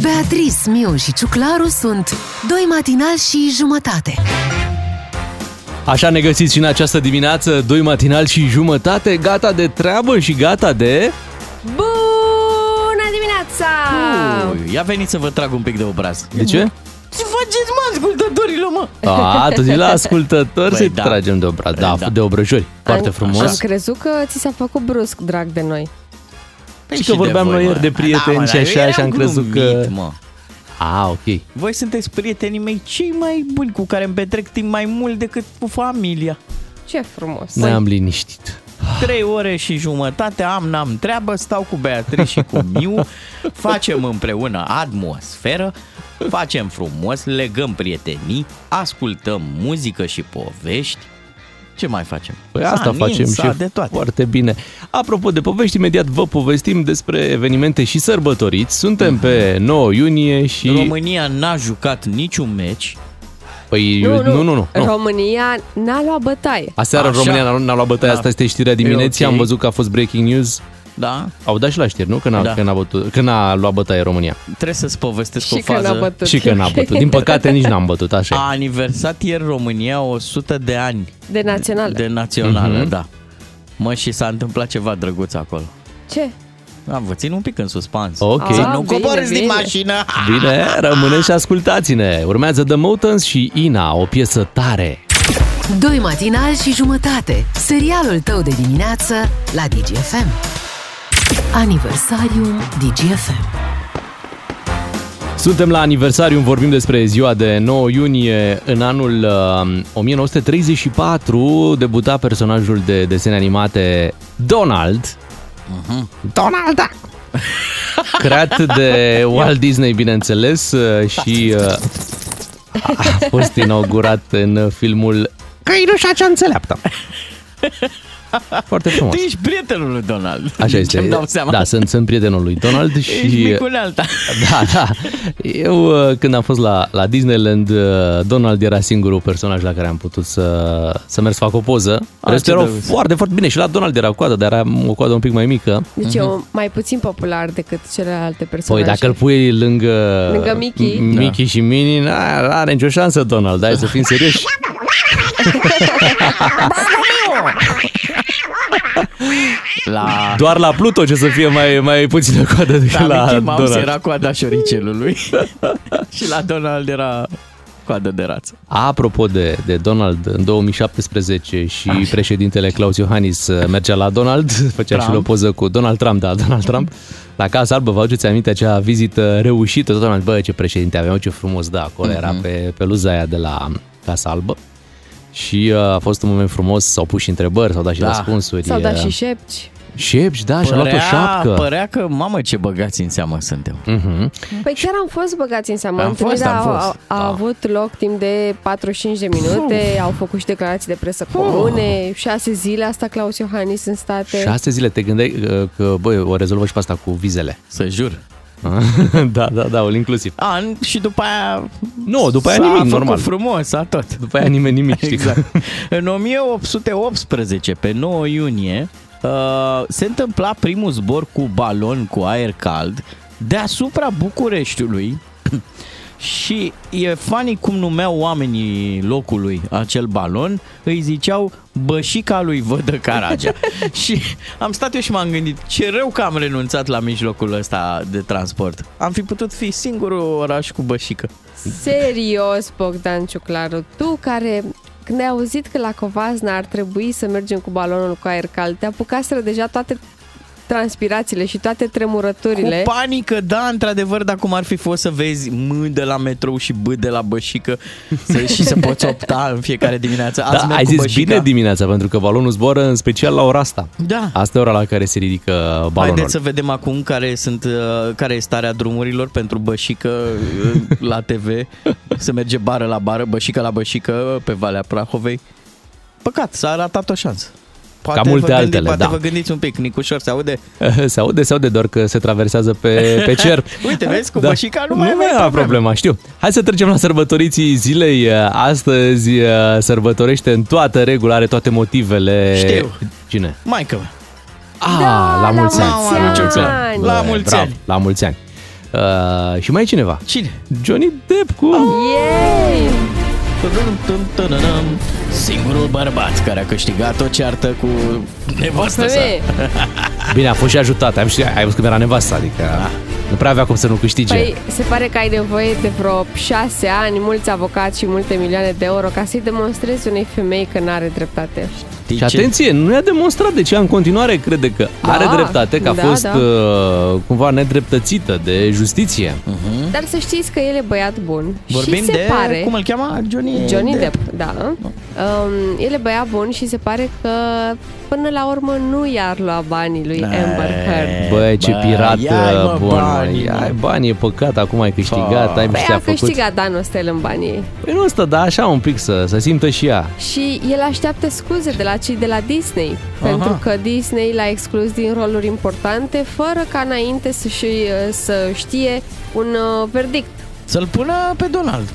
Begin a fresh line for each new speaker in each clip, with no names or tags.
Beatriz, Miu și Ciuclaru sunt Doi matinal și jumătate
Așa ne găsiți și în această dimineață, doi matinal și jumătate, gata de treabă și gata de...
Bună dimineața!
Ui, ia venit să vă trag un pic de obraz.
De ce?
Ce faceți, mă, ascultătorilor, mă?
A, tu zi la ascultători
Da. Băi,
să-i
da.
tragem de obraz, da,
Da.
de obrăjori. Foarte
Am- Am
frumos.
crezut că ți s-a făcut brusc drag de noi.
Păi
Și că vorbeam noi ieri de prieteni și
Da, dar eu
așa,
eram
și am crezut că-
glumit, Mă. Păi-
A, ok.
Voi sunteți prietenii mei cei mai buni cu care îmi petrec timp mai mult decât cu familia. Păi,
Ce frumos!
Ne-am liniștit.
Trei ore și jumătate am, n-am treabă, stau cu Beatrice și cu Miu, facem împreună atmosferă, facem frumos, legăm prietenii, ascultăm muzică și povești. Ce mai facem?
Păi
S-a
asta
nins,
facem
s-a
și
de toate.
foarte bine. Apropo de povești, imediat vă povestim despre evenimente și sărbătoriți.
Mhm.
Suntem pe 9 iunie și...
România n-a jucat niciun meci.
Păi, eu- nu, nu, nu. nu.
România n-a luat bătaie.
Aseară
Așa.
România n-a- n-a luat bătaia,
Da.
asta este știrea dimineții,
ok.
am văzut că a fost breaking news.
Da,
Au dat și la știri, nu? Că n-a,
Da.
că n-a, bătut, că n-a luat bătaie România.
trebuie să-ți povestesc
și
o
că
fază.
n-a bătut.
Și că n-a bătut. Din păcate nici n-am bătut, așa. e.
A aniversat ieri România 100 de ani
De național.
de națională,
Mhm.
da. Mă, și s-a întâmplat ceva drăguț acolo.
Ce?
Da, vă țin un pic în suspans.
Ok.
Să
Ah,
nu
bine,
coborâți din
bine.
mașină.
Bine, rămâneți și ascultați-ne. Urmează The Motans și Ina, o piesă tare.
Doi matinal și jumătate Serialul tău de dimineață la DGFM Aniversariul DGFM
Suntem la aniversariu, vorbim despre ziua de 9 iunie. În anul uh, 1934 debuta personajul de desene animate Donald. Mhm. Donald Duck! Creat de Walt Disney, bineînțeles, uh, și uh, a fost inaugurat în filmul Căinușa cea înțeleaptă. Foarte frumos.
Tu ești prietenul lui Donald.
Așa este.
Îmi Deci, dau seama.
Da, sunt, sunt prietenul lui Donald și...
Ești micul alta.
Da, da. Eu uh, când am fost la, la Disneyland, uh, Donald era singurul personaj la care am putut să, să merg să fac o poză.
Ah,
Restul
ce
erau
drăguț.
foarte, foarte bine și la Donald era coadă, dar era o coadă un pic mai mică. Mhm.
Deci e mai puțin popular decât celelalte
Păi
personaje.
dacă îl pui lângă,
Lângă Mickey.
M-
Da.
Mickey și Minnie, na, are nicio șansă Donald, hai să fim serioși.
La...
Doar la Pluto ce să fie mai, mai puțină coadă decât
La
Deci la
Da, Mickey Mouse
Donald.
era coada șoricelului și la Donald era coada de rață.
Apropo de, de Donald, în 2017 și președintele Claus Iohannis uh, mergea la Donald, făcea
Trump.
și el o poză cu Donald Trump, da, Donald Trump, la Casa Albă, vă aduceți aminte acea vizită reușită, tot lumea, bă, ce președinte aveam, ce frumos, da, acolo era
Mhm.
pe, pe luza aia de la Casa Albă. Și uh, a fost un moment frumos, s-au pus și întrebări, s-au dat și
Da.
răspunsuri.
S-au dat
uh,
și șepci.
șepci, da, și-a luat o șapcă.
părea că, mamă, ce băgați în seamă suntem.
Mhm.
Păi chiar am fost băgați în seamă.
Am
Întâlnirea
fost, am
a,
fost,
A, a
da.
avut loc timp de 45 de minute, au făcut și declarații de presă comune, șase zile asta Claus Iohannis în state.
Șase zile te gândeai uh, că, băi, o rezolvă și pe asta cu vizele.
Să jur.
da, da, da, all inclusiv.
A, n- și după aia...
Nu, după aia
s-a
nimic,
făcut
normal.
frumos, a tot.
După aia nimeni nimic, știi?
Exact. În 1818, pe 9 iunie, uh, se întâmpla primul zbor cu balon cu aer cald deasupra Bucureștiului și e funny cum numeau oamenii locului acel balon, îi ziceau bășica lui Vădă Caragea. și am stat eu și m-am gândit, ce rău că am renunțat la mijlocul ăsta de transport. Am fi putut fi singurul oraș cu bășică.
Serios, Bogdan Ciuclaru, tu care când ai auzit că la Covazna ar trebui să mergem cu balonul cu aer cald, te apucaseră deja toate transpirațiile și toate tremurăturile.
Cu panică, da, într-adevăr, dar cum ar fi fost să vezi M de la metrou și B de la bășică să, și să poți opta în fiecare dimineață. Azi
Da,
merg
ai
cu
zis
bășica.
bine dimineața, pentru că balonul zboară în special la ora asta.
Da.
Asta e ora la care se ridică balonul.
Haideți să vedem acum care, sunt, uh, care e starea drumurilor pentru bășică uh, la TV. Se merge bară la bară, bășică la bășică pe Valea Prahovei. Păcat, s-a ratat o șansă. Poate
Ca multe
vă gândi-
altele,
poate
da.
vă gândiți un pic, Nicușor, se aude?
Se aude, se aude, doar că se traversează pe, pe cer. Da.
Uite, vezi, cu bășica nu mai
nu
aveai
era
problemă.
problema, știu. Hai să trecem la sărbătoriții zilei. Astăzi uh, sărbătorește în toată regulă, are toate motivele.
Știu.
Cine?
Maică mea.
Ah,
Da,
la mulți
la
ani.
mulți
mulți
ani.
ani.
La
Bă,
mulți
bravo,
ani.
La mulți ani. Uh, și mai e cineva.
Cine?
Johnny Depp cu... Oh.
Yay!
Singurul bărbat care a câștigat o ceartă cu nevastă sa.
Femeie.
Bine, a fost și ajutat. Am știut, ai văzut cum era nevasta, adică...
Ah.
Nu prea avea cum să nu câștige.
Păi, se pare că ai nevoie de vreo șase ani, mulți avocați și multe milioane de euro ca să-i demonstrezi unei femei că n-are dreptate.
Știi
Și
ce?
atenție, nu i-a demonstrat de ce în continuare crede că
Da,
are dreptate, că a
da,
fost
da.
uh, cumva nedreptățită de justiție.
Dar să știți că el e băiat bun.
Hmm? Vorbim
și se
de,
pare...
cum îl cheamă? Johnny,
Johnny Depp, da. Um, el e băiat bun și se pare că până la urmă nu i-ar lua banii lui Păi, Amber Heard.
Băi, ce
bă,
pirat
ia-i, mă,
bun,
banii,
bani, ai
mă.
bani, e păcat, acum ai câștigat,
Fa.
ai
Păi
ce a
a
făcut.
câștigat Dan Ostel în banii ei.
Păi nu ăsta, dar așa un pic să, să simtă și ea.
Și el așteaptă scuze de la cei de la Disney, Aha. pentru că Disney l-a exclus din roluri importante, fără ca înainte să, și, uh, să știe un uh, verdict.
Să-l pună pe Donald.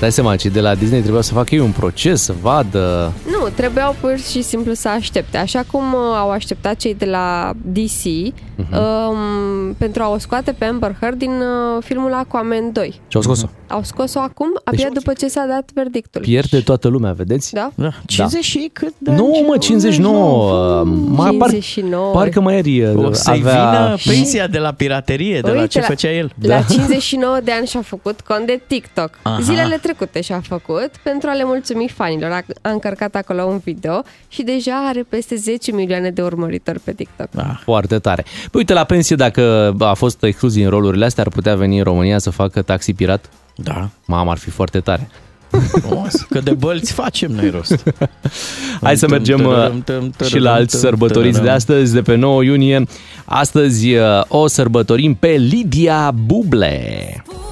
Dai seama, cei de la Disney trebuia să facă ei un proces, să vadă.
Nu, trebuiau pur și simplu să aștepte. Așa cum uh, au așteptat cei de la DC
Mhm.
um, pentru a o scoate pe Amber Heard din uh, filmul Aquaman 2.
Și au scos-o.
Au scos-o acum, abia
au-
după ce s-a dat verdictul.
Pierde toată lumea, vedeți?
da?
Deci- Da. 50 și cât? de
Nu,
ani?
mă, 59. Mai par,
59.
parcă mai ieri
O să-i
avea...
vină pensia de la piraterie, de la
Uite,
ce făcea el. Da.
La
Da.
59 de ani și-a făcut cont de TikTok.
Aha.
Aha. Zilele trecute și-a făcut pentru a le mulțumi fanilor. A, a încărcat acolo un video și deja are peste 10 milioane de urmăritori pe TikTok.
Da.
Foarte tare. Păi uite, la pensie, dacă a fost exclus din rolurile astea, ar putea veni în România să facă taxi pirat?
Da,
Mamă, ar fi foarte tare.
frumos. Că de bălți facem noi rost.
Hai să
Tum,
mergem
tărăm,
uh,
tum, tărăm,
și la alți
tărăm,
sărbătoriți de
tărăm.
astăzi, de pe 9 iunie. Astăzi uh, o sărbătorim pe Lidia Buble.
Spune-mi,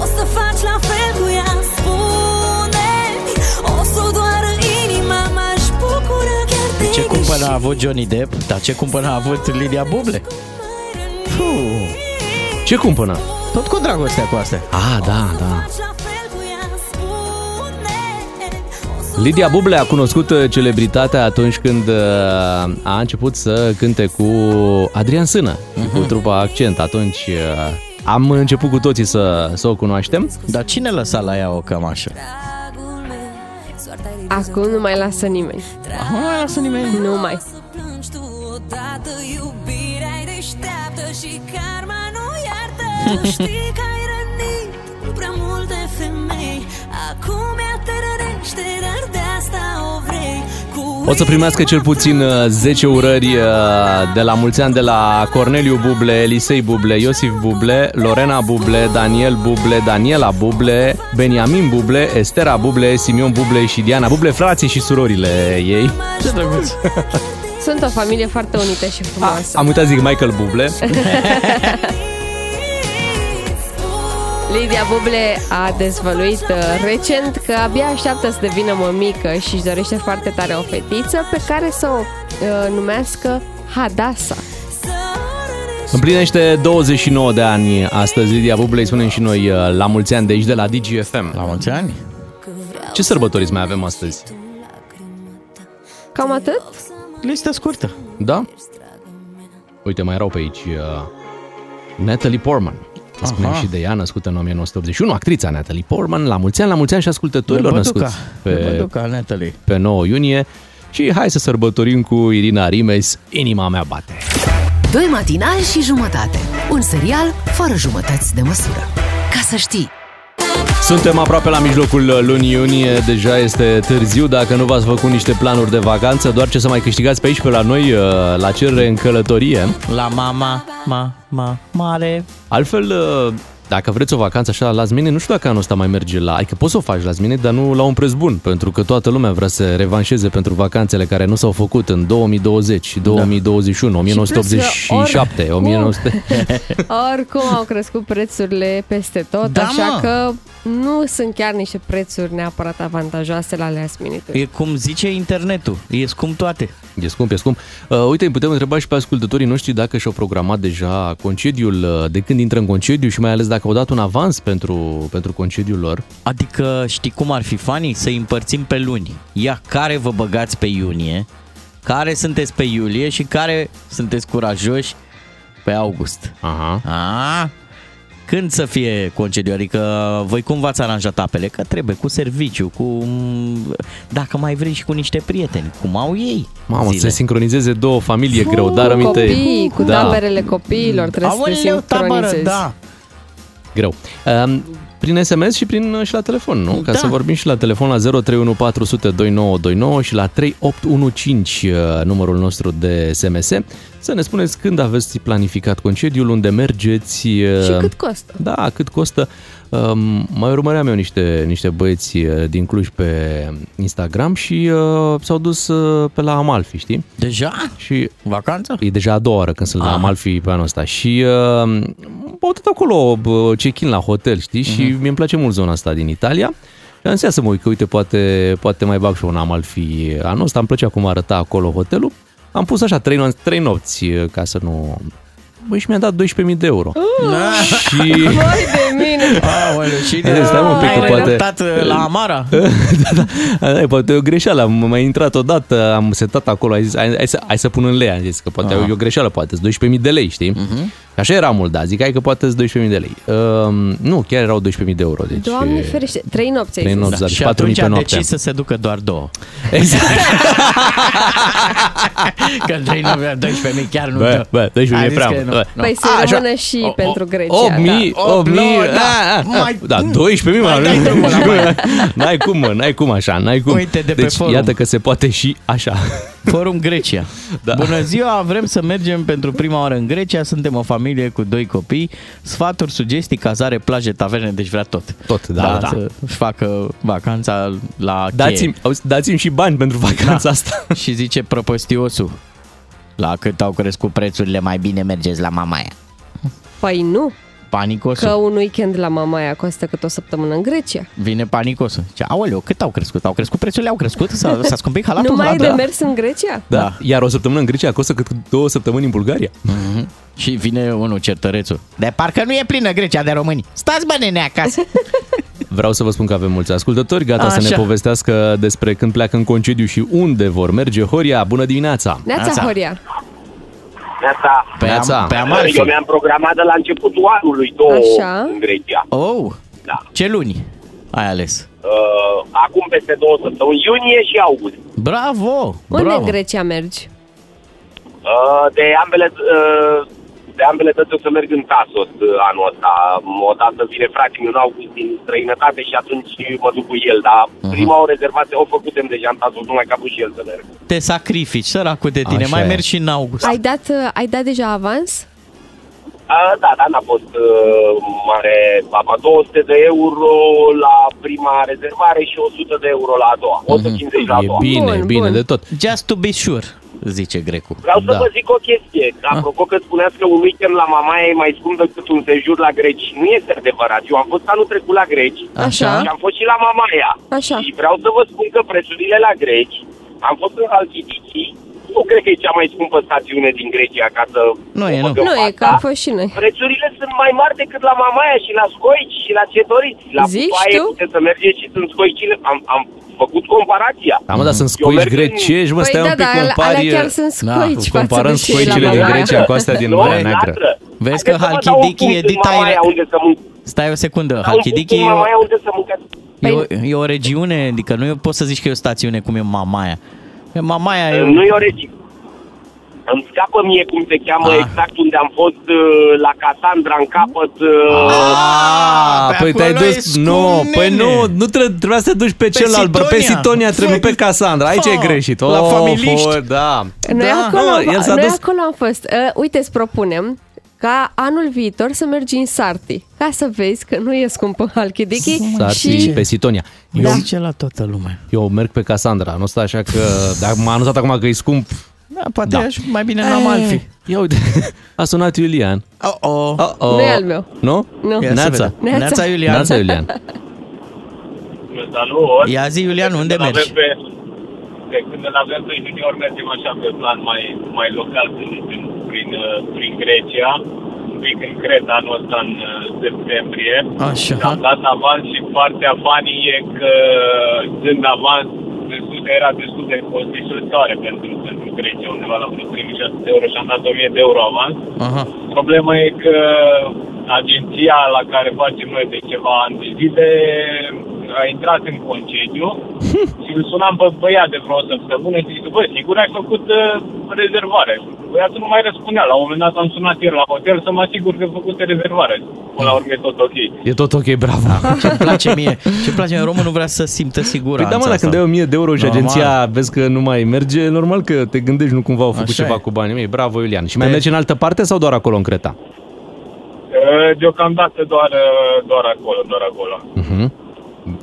o să faci la fel cu ea Spune-mi, o să o doară inima M-aș bucură chiar de
Ce cumpănă a avut Johnny Depp, dar ce cumpănă a avut Lidia Buble? Puh,
Ce cumpănă?
tot cu dragostea cu astea.
Ah, da, da. Lidia Buble a cunoscut uh, celebritatea atunci când uh, a început să cânte cu Adrian Sână,
Mhm.
cu trupa Accent. Atunci uh, am început cu toții să, să o cunoaștem.
Dar cine lăsa la ea o cămașă?
Acum nu mai lasă nimeni.
Acum nu mai lasă nimeni.
Nu mai.
O să primească cel puțin uh, 10 urări uh, de la mulți ani de la Corneliu Buble, Elisei Buble, Iosif Buble, Lorena Buble, Daniel Buble, Daniela Buble, Beniamin Buble, Estera Buble, Simion Buble și Diana Buble, frații și surorile ei.
Ce drăguț.
Sunt o familie foarte unită
Ah,
și frumoasă.
Am uitat zic Michael Buble.
Lidia Buble a dezvăluit uh, recent că abia așteaptă să devină mămică și își dorește foarte tare o fetiță pe care să o uh, numească Hadasa.
Împlinește 29 de ani astăzi Lidia Buble, îi spunem și noi uh, la mulți ani de aici de la
La
DGFM.
mulți ani?
Ce sărbătoriți mai avem astăzi?
Cam atât?
Listă scurtă.
Da? Uite, mai erau pe aici uh, Natalie Portman. Să Spunem
Aha.
și de ea, născută în 1981, actrița Natalie Portman, la mulți ani, la mulți ani și ascultătorilor
Lăbăduca.
născuți pe,
Lăbăduca, Natalie.
pe 9 iunie. Și hai să sărbătorim cu Irina Rimes, Inima mea bate.
Doi matinali și jumătate. Un serial fără jumătăți de măsură. Ca să știi!
Suntem aproape la mijlocul lunii iunie, deja este târziu, dacă nu v-ați făcut niște planuri de vacanță, doar ce să mai câștigați pe aici, pe la noi, uh, la cerere în călătorie.
La mama, ma, ma, mare.
Altfel, uh, dacă vreți o vacanță așa la mine, nu știu dacă anul ăsta mai merge la... Adică poți să o faci la mine, dar nu la un preț bun, pentru că toată lumea vrea să revanșeze pentru vacanțele care nu s-au făcut în 2020,
Da.
2021, 1987,
Și plus că ori-
1900...
Oricum au crescut prețurile peste tot,
Da,
așa
mă.
că nu sunt chiar niște prețuri neapărat avantajoase la last minute.
E cum zice internetul, e scump toate.
E scump, e scump. Uh, uite, îi putem întreba și pe ascultătorii noștri dacă și-au programat deja concediul, uh, de când intră în concediu și mai ales dacă au dat un avans pentru, pentru concediul lor.
Adică știi cum ar fi fanii? Să îi împărțim pe luni. Ia care vă băgați pe iunie, care sunteți pe iulie și care sunteți curajoși Pe august.
Aha.
A? Când să fie concediu? Adică voi cum v-ați aranjat apele? Că trebuie cu serviciu, cu... Dacă mai vrei și cu niște prieteni, cum au ei
Mamă, să
zile.
se sincronizeze două familie greu, dar
cu
aminte.
copii, cu
da,
taberele copiilor, trebuie să te
Aoleu, tabără,
sincronizezi.
da.
greu. Um, prin SMS și prin uh, și la telefon, nu? Ca
Da.
să vorbim și la telefon la 031402929 și la 3815 uh, numărul nostru de SMS. Să ne spuneți când aveți planificat concediul, unde mergeți. uh,
Și cât costă?
Da, cât costă. Um, mai urmăream eu niște, niște băieți uh, din Cluj pe Instagram și uh, s-au dus uh, pe la Amalfi, știi?
Deja?
Și
Vacanță? Ah.
e deja a doua oară când sunt la
Aha.
Amalfi pe anul ăsta și uh, au tot acolo bă, check-in la hotel, știi? Și
Mhm.
mi îmi place mult zona asta din Italia. Și am zis, ia să mă uit, că uite, poate, poate mai bag și eu un Amalfi anul ăsta. Îmi plăcea cum arăta acolo hotelul. Am pus așa trei, no- trei nopți uh, ca să nu... Băi, și mi-a dat 12.000 de euro.
Da.
Și...
Vai de mine!
Aoleu, și de...
Haideți, stai mă un pic,
Ai
că poate-
renunțat, uh, la Amara?
Da, poate e o greșeală, am mai intrat odată, am setat acolo, ai zis, hai, hai, să, hai să pun în lei, am zis că poate
Aha. Mhm.
e o greșeală, poate sunt 12.000 de lei, știi? Uh-huh. Așa era mult, da, zic, hai că poate sunt 12.000 de lei. Uh, nu, chiar erau 12.000 de euro, deci...
Doamne ferește, trei nopți ai
Trei
zis.
nopți. Zar,
Da, și
patru
atunci
mii pe
a
noapte.
decis să se ducă doar două.
Exact.
Că 3 9 12 chiar nu
Bă, bă, 12.000
Ai
e
zis
prea
că
mult.
nu.
Bă,
Nu.
Păi se
Așa.
rămână și
O-
pentru
o-
Grecia,
8.000,
da.
8.000,
Opt, nouă, da.
da,
Mai-
da, 12.000, mă,
Mai dai drumul la
nu, n-ai cum, mă, n-ai cum așa, n-ai cum.
Uite, de pe
deci,
forum.
iată că se poate și așa.
Forum Grecia.
Da.
Da. Bună ziua, vrem să mergem pentru prima oară în Grecia, suntem o familie cu doi copii, sfaturi, sugestii, cazare, plaje, taverne, deci vrea tot.
Tot, da, da.
Să facă vacanța la
Dați-mi,
cheie. Da.
auzi, dați-mi și bani pentru vacanța
Da.
asta.
Și zice prăpăstiosul, la cât au crescut prețurile, mai bine mergeți la mamaia.
Păi nu,
Panicosul.
că un weekend la Mamaia costă cât o săptămână în Grecia.
Vine panicosul. Ce, aoleu, cât au crescut? Au crescut prețurile? Au crescut? S-a, s-a scumpit halatul?
nu mai
Da,
ai
da.
de mers în Grecia?
Da.
Da.
Iar o săptămână în Grecia costă cât două săptămâni în Bulgaria.
Mhm. Și vine unul certărețul. De parcă nu e plină Grecia de români. Stați bă nene acasă.
Vreau să vă spun că avem mulți ascultători gata Așa. să ne
Așa.
povestească despre când pleacă în concediu și unde vor merge. Horia, bună dimineața!
Neața
Neața.
Horia.
Neața.
Pe,
Neața.
am, pe Amalfi.
Eu mi-am programat de la începutul anului două
Așa.
în Grecia.
Oh,
Da.
ce luni ai ales?
Uh, acum peste două săptămâni, iunie și august.
Bravo!
Unde
bravo.
în Grecia mergi?
Uh, de ambele... Uh, de ambele dăți o să merg în Tasos uh, anul ăsta. Odată vine fratele meu în august din străinătate și atunci mă duc cu el, dar
Mhm.
uh-huh. prima o rezervație o făcutem deja în Tasos, numai că a pus și el să merg.
Te sacrifici, săracul de tine.
Așa
mai
e.
mergi și în august.
Ai dat, uh, ai dat deja avans?
Uh, da, da, n-a fost uh, mare baba. 200 de euro la prima rezervare și 100 de euro la a doua. 150 la a
Mhm. e
doua.
bine,
Bun,
bine
bun.
de tot.
Da, Just to be sure, zice grecul.
Vreau da.
Da.
să vă zic o chestie. Apropo că spuneați că un weekend la Mamaia e mai scump decât un sejur la greci. Nu este adevărat. Eu am fost anul trecut la greci
Așa.
și am fost și la Mamaia.
Așa.
Și vreau să vă spun că prețurile la greci, am fost în Halkidiki, nu cred că e cea mai scumpă stațiune din Grecia ca să...
Nu e, nu.
făcăm
Nu, e că
asta.
am fost și noi.
Prețurile sunt mai mari decât la Mamaia și la Scoici și la ce doriți. La
Zici
Pupaie
tu?
puteți să mergeți și sunt Scoicile. Am, am făcut comparația.
Da, mă, dar sunt
Eu
scoici
merg în-
grecești, mă, stai
păi
un
da,
pic,
da,
compari...
alea chiar sunt
Da,
scoici da, față
comparăm
de cei
scoicile
la
din
Mamaia.
Grecia cu astea din
Nu,
Marea Neagră.
latră.
Vezi că
Haideți să vă dau un
Halkidiki
punct
e
în
din
Mamaia
Thailand.
unde să mun-
Stai o secundă.
dau un punct
Halkidiki
în
e o,
Mamaia unde să mâncați.
e, o, e o regiune, adică nu e- poți să zici că e o stațiune cum e Mamaia. E Mamaia e...
Nu e o regiune. Îmi scapă mie cum se cheamă
Ah.
exact unde am fost uh, la Casandra în capăt. Uh,
Ah,
pe
păi te-ai
acolo e
dus...
scump,
Nu,
nene.
păi nu, nu tre- trebuia să te duci pe, celălalt, bă, pe
Sitonia.
Sitonia trebuie pe Casandra. Aici
Fa,
ai greșit.
la
Oh,
familiști.
for- Da.
Noi,
Da.
acolo,
Nu,
am-
el s-a
noi
dus...
acolo am fost. Uh, uite, îți propunem ca anul viitor să mergi în Sarti, ca să vezi că nu e scumpă Halkidiki
S-ar fi
și
pe Sitonia. Eu
Da. Zice la toată lumea.
Eu merg pe Casandra, nu stai așa că... Dar m-a anunțat acum că e scump.
Da, poate
Da.
aș mai bine la Malfi.
Ia uite, a sunat Iulian.
Oh, oh.
Oh, oh.
Nu e al meu.
Nu?
Nu.
Ia să
Neața.
vedem. Neața Iulian.
Neața Iulian.
Salut!
Ia zi, Iulian, unde
Când îl
mergi?
avem Pe, pe, când îl avem pe junior, mergem așa pe plan mai, mai local, să zicem, prin, uh, prin Grecia, un pic în Creta anul ăsta în uh, septembrie.
Așa.
Și Am dat avans și partea fanii e că dând avans destul de, era destul de costisitoare pentru, pentru
Grecia undeva la vreo 3600 de euro și am dat 1000 de euro avans.
Aha.
Problema e că agenția la care facem noi de ceva ani de zile a intrat în concediu și îl sunam pe băiat de vreo săptămână și zic, bă, sigur ai făcut uh, rezervare. Băiatul nu mai răspundea. La un moment dat am sunat ieri la hotel să mă asigur că făcuse rezervare. Până la urmă e tot ok.
E tot ok, bravo.
Ce place mie. Ce place mie. Românul vrea să simtă siguranța
Păi da, mă, dacă îmi dai 1000 de euro și
Normal.
agenția vezi că nu mai merge, normal că te gândești, nu cumva au făcut
Așa
ceva
e.
cu banii mei. Bravo, Iulian. Și mai
Deci-
merge în altă parte sau doar acolo în Creta?
Uh, Deocamdată doar, uh, doar acolo, doar acolo.
Mhm.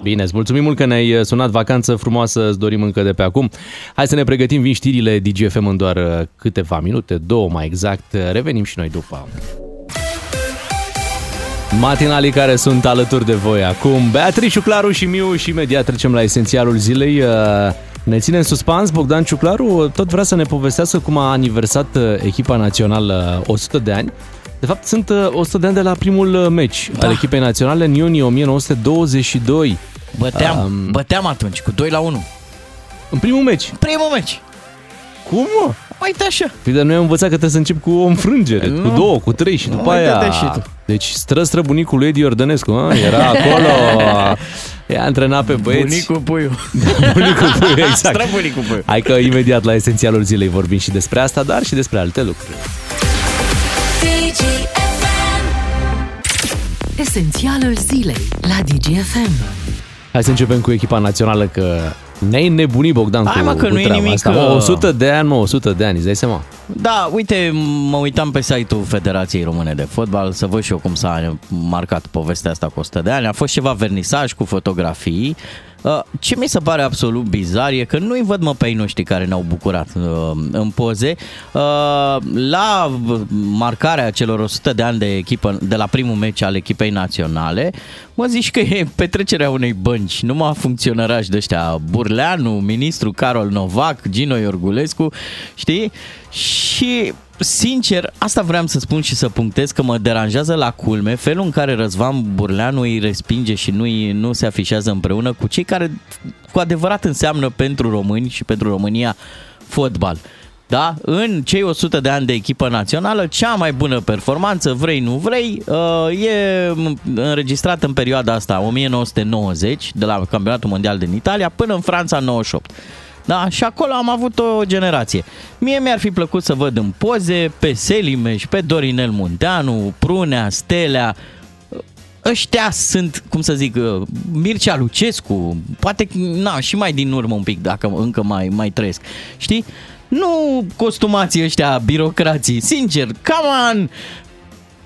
Bine, îți mulțumim mult că ne-ai uh, sunat vacanță frumoasă, îți dorim încă de pe acum. Hai să ne pregătim, vin știrile DGFM în doar uh, câteva minute, două mai exact, revenim și noi după. Matinalii care sunt alături de voi acum, Beatrice, Claru și Miu și imediat trecem la esențialul zilei. Uh, Ne ține în suspans, Bogdan Ciuclaru tot vrea să ne povestească cum a aniversat uh, echipa națională uh, 100 de ani. De fapt, sunt uh, 100 de ani de la primul uh, meci da. al echipei naționale în iunie 1922.
Băteam,
Um,
băteam atunci cu 2 la 1.
În primul meci.
Primul meci.
Cum, mă?
Mai uite așa.
Păi, dar noi am învățat că trebuie să încep cu o înfrângere,
Nu.
cu două, cu trei și după
mai
aia...
dă-te și tu.
Deci stră bunicul lui Edi Ordănescu, a, era acolo... I-a antrenat pe băieți.
Bunicul puiu.
bunicul puiu, exact.
Străbunicul puiu.
Hai că imediat la esențialul zilei vorbim și despre asta, dar și despre alte lucruri.
DGFM
Esențialul zilei la DGFM.
Hai să începem cu echipa națională, că ne-ai nebunit, Bogdan,
Hai,
cu,
mă, că
cu
nu e
treaba
nimic,
asta.
că-
Mă, 100 de ani, mă, 100 de ani, îți dai seama?
Da, uite, mă uitam pe site-ul Federației Române de Fotbal să văd și eu cum s-a marcat povestea asta cu 100 de ani. A fost ceva vernisaj cu fotografii. Uh, Ce mi se pare absolut bizar e că nu-i văd mă pe ei noștri care ne-au bucurat uh, în poze. Uh, La uh, marcarea celor 100 de ani de echipă, de la primul meci al echipei naționale, mă zici că e petrecerea unei bănci, numai funcționărași de ăștia, Burleanu, ministru Carol Novac, Gino Iorgulescu, știi? Și sincer, asta vreau să spun și să punctez că mă deranjează la culme felul în care Răzvan Burleanu îi respinge și nu, îi, nu se afișează împreună cu cei care cu adevărat înseamnă pentru români și pentru România fotbal. Da? În cei 100 de ani de echipă națională, cea mai bună performanță, vrei nu vrei, uh, e înregistrată în perioada asta, 1990, de la Campionatul Mondial din Italia până în Franța 98. Da, și acolo am avut o generație. Mie mi-ar fi plăcut să văd în poze pe Selimeș, pe Dorinel Munteanu, Prunea, Stelea, ăștia sunt, cum să zic, uh, Mircea Lucescu, poate, na, și mai din urmă un pic, dacă încă mai, mai trăiesc, știi? Nu costumații ăștia, birocrații, sincer, come on!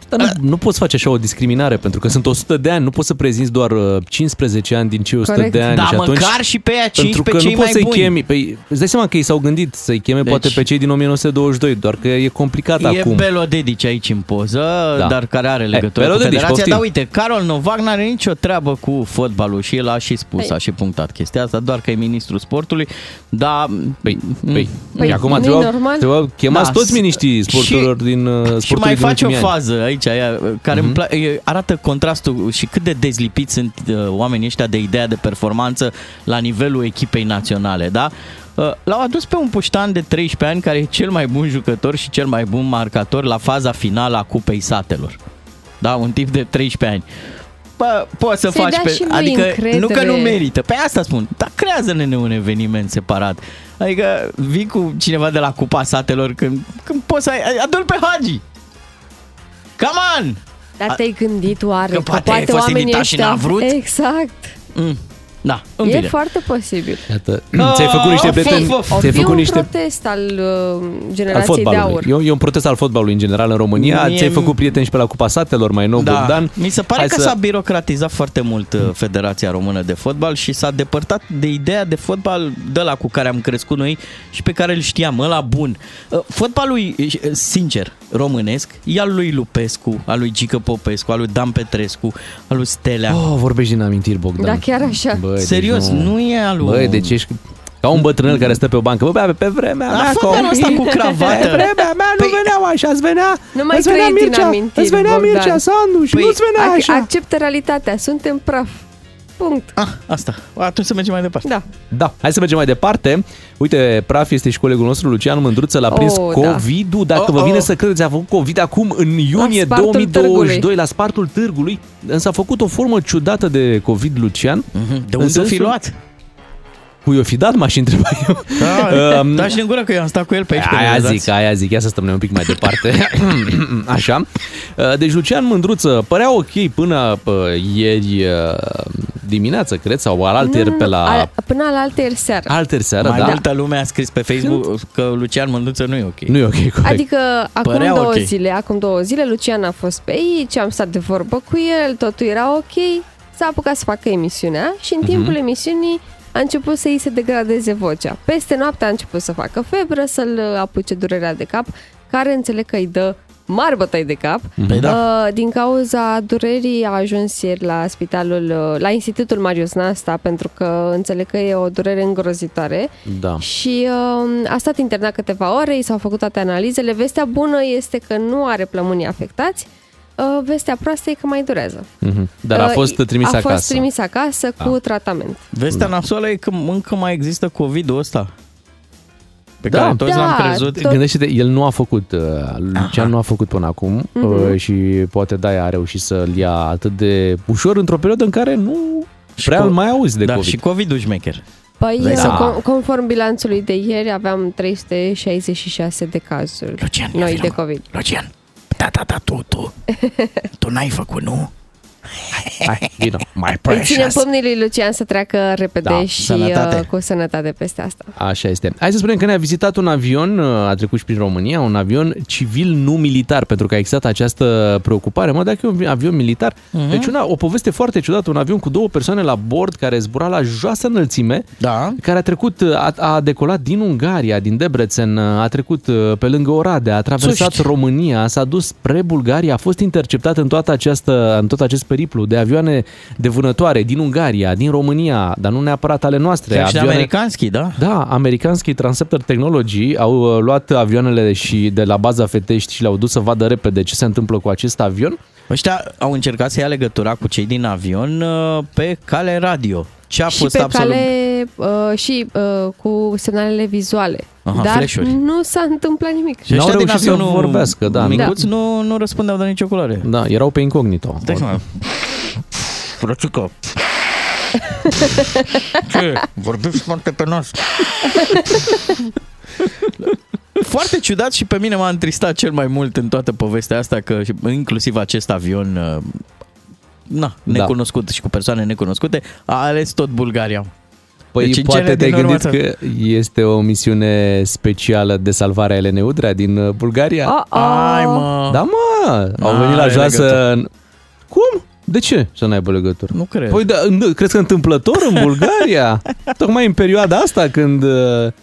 Dar nu, nu poți face așa o discriminare, pentru că sunt 100 de ani, nu poți să prezinți doar uh, 15 ani din cei 100
Corect.
de ani.
Da,
și atunci,
măcar și pe aia
pentru
5,
că
pe cei
nu poți
mai
să-i
buni.
chemi, păi, îți dai seama că ei s-au gândit să-i cheme
Deci-
poate pe cei din 1922, doar că e complicat
e
acum.
Belo Dedici aici în poză,
Da.
da. dar care are
E,
legătură
Belo
cu
Dedici,
federația.
poftim.
Dar uite, Carol Novak n-are nicio treabă cu fotbalul și el a și spus,
Păi.
a și punctat chestia asta, doar că e ministrul sportului, dar... Mm.
Păi, păi,
Păi,
păi acum
nu-i
trebuia,
normal?
trebuia chemați
Da,
toți miniștrii
și-
sporturilor din uh, sportului
Și mai
din
face o
ultimii ani.
fază aici, aia, care îmi
Mhm.
pla- e- arată contrastul și cât de dezlipiți sunt uh, oamenii ăștia de ideea de performanță la nivelul echipei naționale, da? Uh, L-au adus pe un puștan de 13 ani care e cel mai bun jucător și cel mai bun marcator la faza finală a Cupei Satelor. Da, un tip de 13 ani. Bă, poți să
Să-i
faci
dea
pe...
și lui
adică nu că nu
încredere.
merită. Pe asta spun. Dar creează-ne un eveniment separat. Adică vii cu cineva de la Cupa Satelor când, când poți să ai... Adul pe Hagi! Come on!
Dar te-ai gândit oare
Că poate ai fost
oamenii
invitat și
ăștia-
n-a vrut?
Exact.
Mm. Da, în
E
fine.
foarte posibil.
Iată, Mm, ți-ai făcut niște
Oh,
prieteni,
fi- fi-
ți-ai
E
făcut
un
niște
protest al uh,
al
generației de aur.
fotbalului. E, un- e un protest al fotbalului în general în România.
Mie-
Ți-ai făcut prieteni și pe la Cupa Satelor, mai nou
da.
Bogdan.
Mi se pare
Hai
că
să-
s-a birocratizat foarte mult uh, Federația Română de Fotbal și s-a depărtat de ideea de fotbal de la cu care am crescut noi și pe care îl știam, ăla bun. Uh, Fotbalul, uh, sincer, românesc, e al lui Lupescu, al lui Gică Popescu, al lui Dan Petrescu, al lui Stelea.
Oh, vorbești din amintiri, Bogdan.
Da, chiar așa.
Băi, deci
Serios, nu e al lui...
Băi, deci ești ca un bătrânel care stă pe o bancă. Bă, bea, pe vremea
La
mea,
fotbalul ăsta cu
Pe
cravată.
vremea mea nu
Păi-
veneau așa, îți venea,
Nu mai
îți venea
trăi din
Mircea,
amintiri,
îți venea
Bogdan.
Mircea Sandu și
Păi,
nu-ți venea
Ac-
așa.
Acceptă realitatea, suntem praf. Punct.
Ah, asta. Atunci să mergem mai departe.
Da.
Da, hai să mergem mai departe. Uite, praf este și colegul nostru, Lucian Mândruță, l-a prins
Oh,
oh,
da.
COVID-ul. Dacă
Oh,
oh, vă vine
oh.
să credeți, a făcut COVID acum în iunie
spartul
2022
târgului.
la spartul târgului, însă a făcut o formă ciudată de COVID, Lucian.
Mhm. De
În
unde o fi
sensul-
luat?
Cui o fi dat, m-aș întreba eu.
Da,
Um,
dași din gură că eu am stat cu el pe aici. pe
Aia
realizați.
zic, aia zic, ia să stăm noi un pic mai departe. Așa. Deci Lucian Mândruță părea ok până pă, ieri uh, dimineață, cred, sau alaltăieri
Mm.
pe la...
Al, până la altă ieri seară.
Alter seară,
Mai
da?
multă lume a scris pe Facebook că Lucian Mânduță nu e ok.
Nu e ok, corect.
Adică acum
păi, Părea
două
ok.
zile, acum două zile, Lucian a fost pe aici, am stat de vorbă cu el, totul era ok, s-a apucat să facă emisiunea și
Mhm.
în timpul emisiunii a început să îi se degradeze vocea. Peste noapte a început să facă febră, să-l apuce durerea de cap, care înțeleg că îi dă mari bătăi de cap.
Păi da.
Uh, Din cauza durerii a ajuns ieri la spitalul, uh, la Institutul Marius Nasta, pentru că înțeleg că e o durere îngrozitoare.
Da.
Și uh, a stat internat câteva ore, i s-au făcut toate analizele. Vestea bună este că nu are plămânii afectați. Uh, vestea proastă e că mai durează.
Mhm. Dar a
Uh,
fost trimis
a
acasă. Ah.
A fost trimis acasă cu tratament.
Vestea nasoală e că încă mai există COVID-ul ăsta. Pe
Da.
care toți
Da,
l-am crezut.
tot-
Gândește-te, el nu a făcut, uh, Lucian nu a făcut până acum
Mhm.
uh, și poate da, a reușit să-l ia atât de ușor într-o perioadă în care nu
Și
prea
co-
îl mai auzi de
da,
COVID.
și COVID-ul șmecher.
Păi,
Dai
uh,
seama.
con- conform bilanțului de ieri, aveam 366 de cazuri
Lucian, ia
noi
vino.
de COVID.
Lucian, da, da, da, tu, tu. tu n-ai făcut, nu?
Hai, vino. păi
Mai
Îi ținem Păi pumnii lui Lucian să treacă repede
Da,
și
sănătate.
uh, cu sănătate peste asta.
Așa este. Hai să spunem că ne-a vizitat un avion, uh, a trecut și prin România, un avion civil, nu militar, pentru că a existat această preocupare. Mă, dacă e un avion militar,
Mhm.
uh-huh. deci una, o poveste foarte ciudată, un avion cu două persoane la bord care zbura la joasă înălțime,
Da.
care a trecut, a, a decolat din Ungaria, din Debrecen, a trecut uh, pe lângă Oradea, a traversat
Țuști.
România, s-a dus spre Bulgaria, a fost interceptat în, toată această, în tot acest periplu de avioane de vânătoare din Ungaria, din România, dar nu neapărat ale noastre.
Chiar și de
avioane-
americanski, da?
da, americanskii Transceptor Technology au uh, luat avioanele și de la baza Fetești și le-au dus să vadă repede ce se întâmplă cu acest avion.
Ăștia au încercat să ia legătura cu cei din avion uh, pe cale radio. Ce a
și
fost
pe
absolut...
cale uh, și uh, cu semnalele vizuale.
Aha,
Dar
flash-uri.
nu s-a întâmplat nimic.
Și
N-au
ăștia din
reușit să
avionul
vorbească, da, nu?
Micuț nu, nu răspundeau de nicio culoare.
Da, erau pe incognito.
Stai să mă... Frăciucă. Ce? Vorbiți foarte penos. Foarte ciudat și pe mine m-a întristat cel mai mult în toată povestea asta că și- inclusiv acest avion uh, na,
Da.
necunoscut și cu persoane necunoscute a ales tot Bulgaria.
Păi
Deci,
deci,
în
poate
cele
te-ai
din
gândit
urmă-
că este o misiune specială de salvare a Elenei Udrea din uh, Bulgaria?
Oh,
Ai
oh.
mă!
Da, mă! Au
N-are
venit la
legătură.
joasă... în- Cum? De ce să n-aibă legătură?
Nu cred.
Păi, da, nu, crezi că întâmplător în Bulgaria? Tocmai în perioada asta când, uh,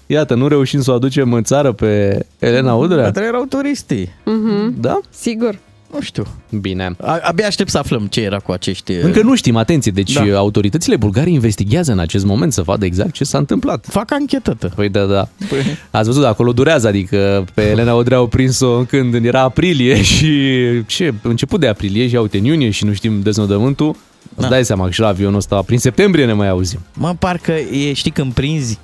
iată, nu reușim să o aducem în țară pe Elena Udrea?
Dar erau turiștii.
Mhm.
Da?
Sigur.
Nu știu.
Bine.
A, abia aștept să aflăm ce era cu acești... uh,
Încă nu știm, atenție, deci
Da.
da. autoritățile bulgare investigează în acest moment să vadă exact ce s-a întâmplat.
Fac anchetătă.
Păi da, da. Ați văzut, acolo durează, adică pe Elena Odrea au prins-o când era aprilie și ce, început de aprilie și uite în iunie și nu știm deznodământul. Îți dai seama că și la avionul ăsta prin septembrie ne mai auzim.
Da. Mă, parcă e, știi când prinzi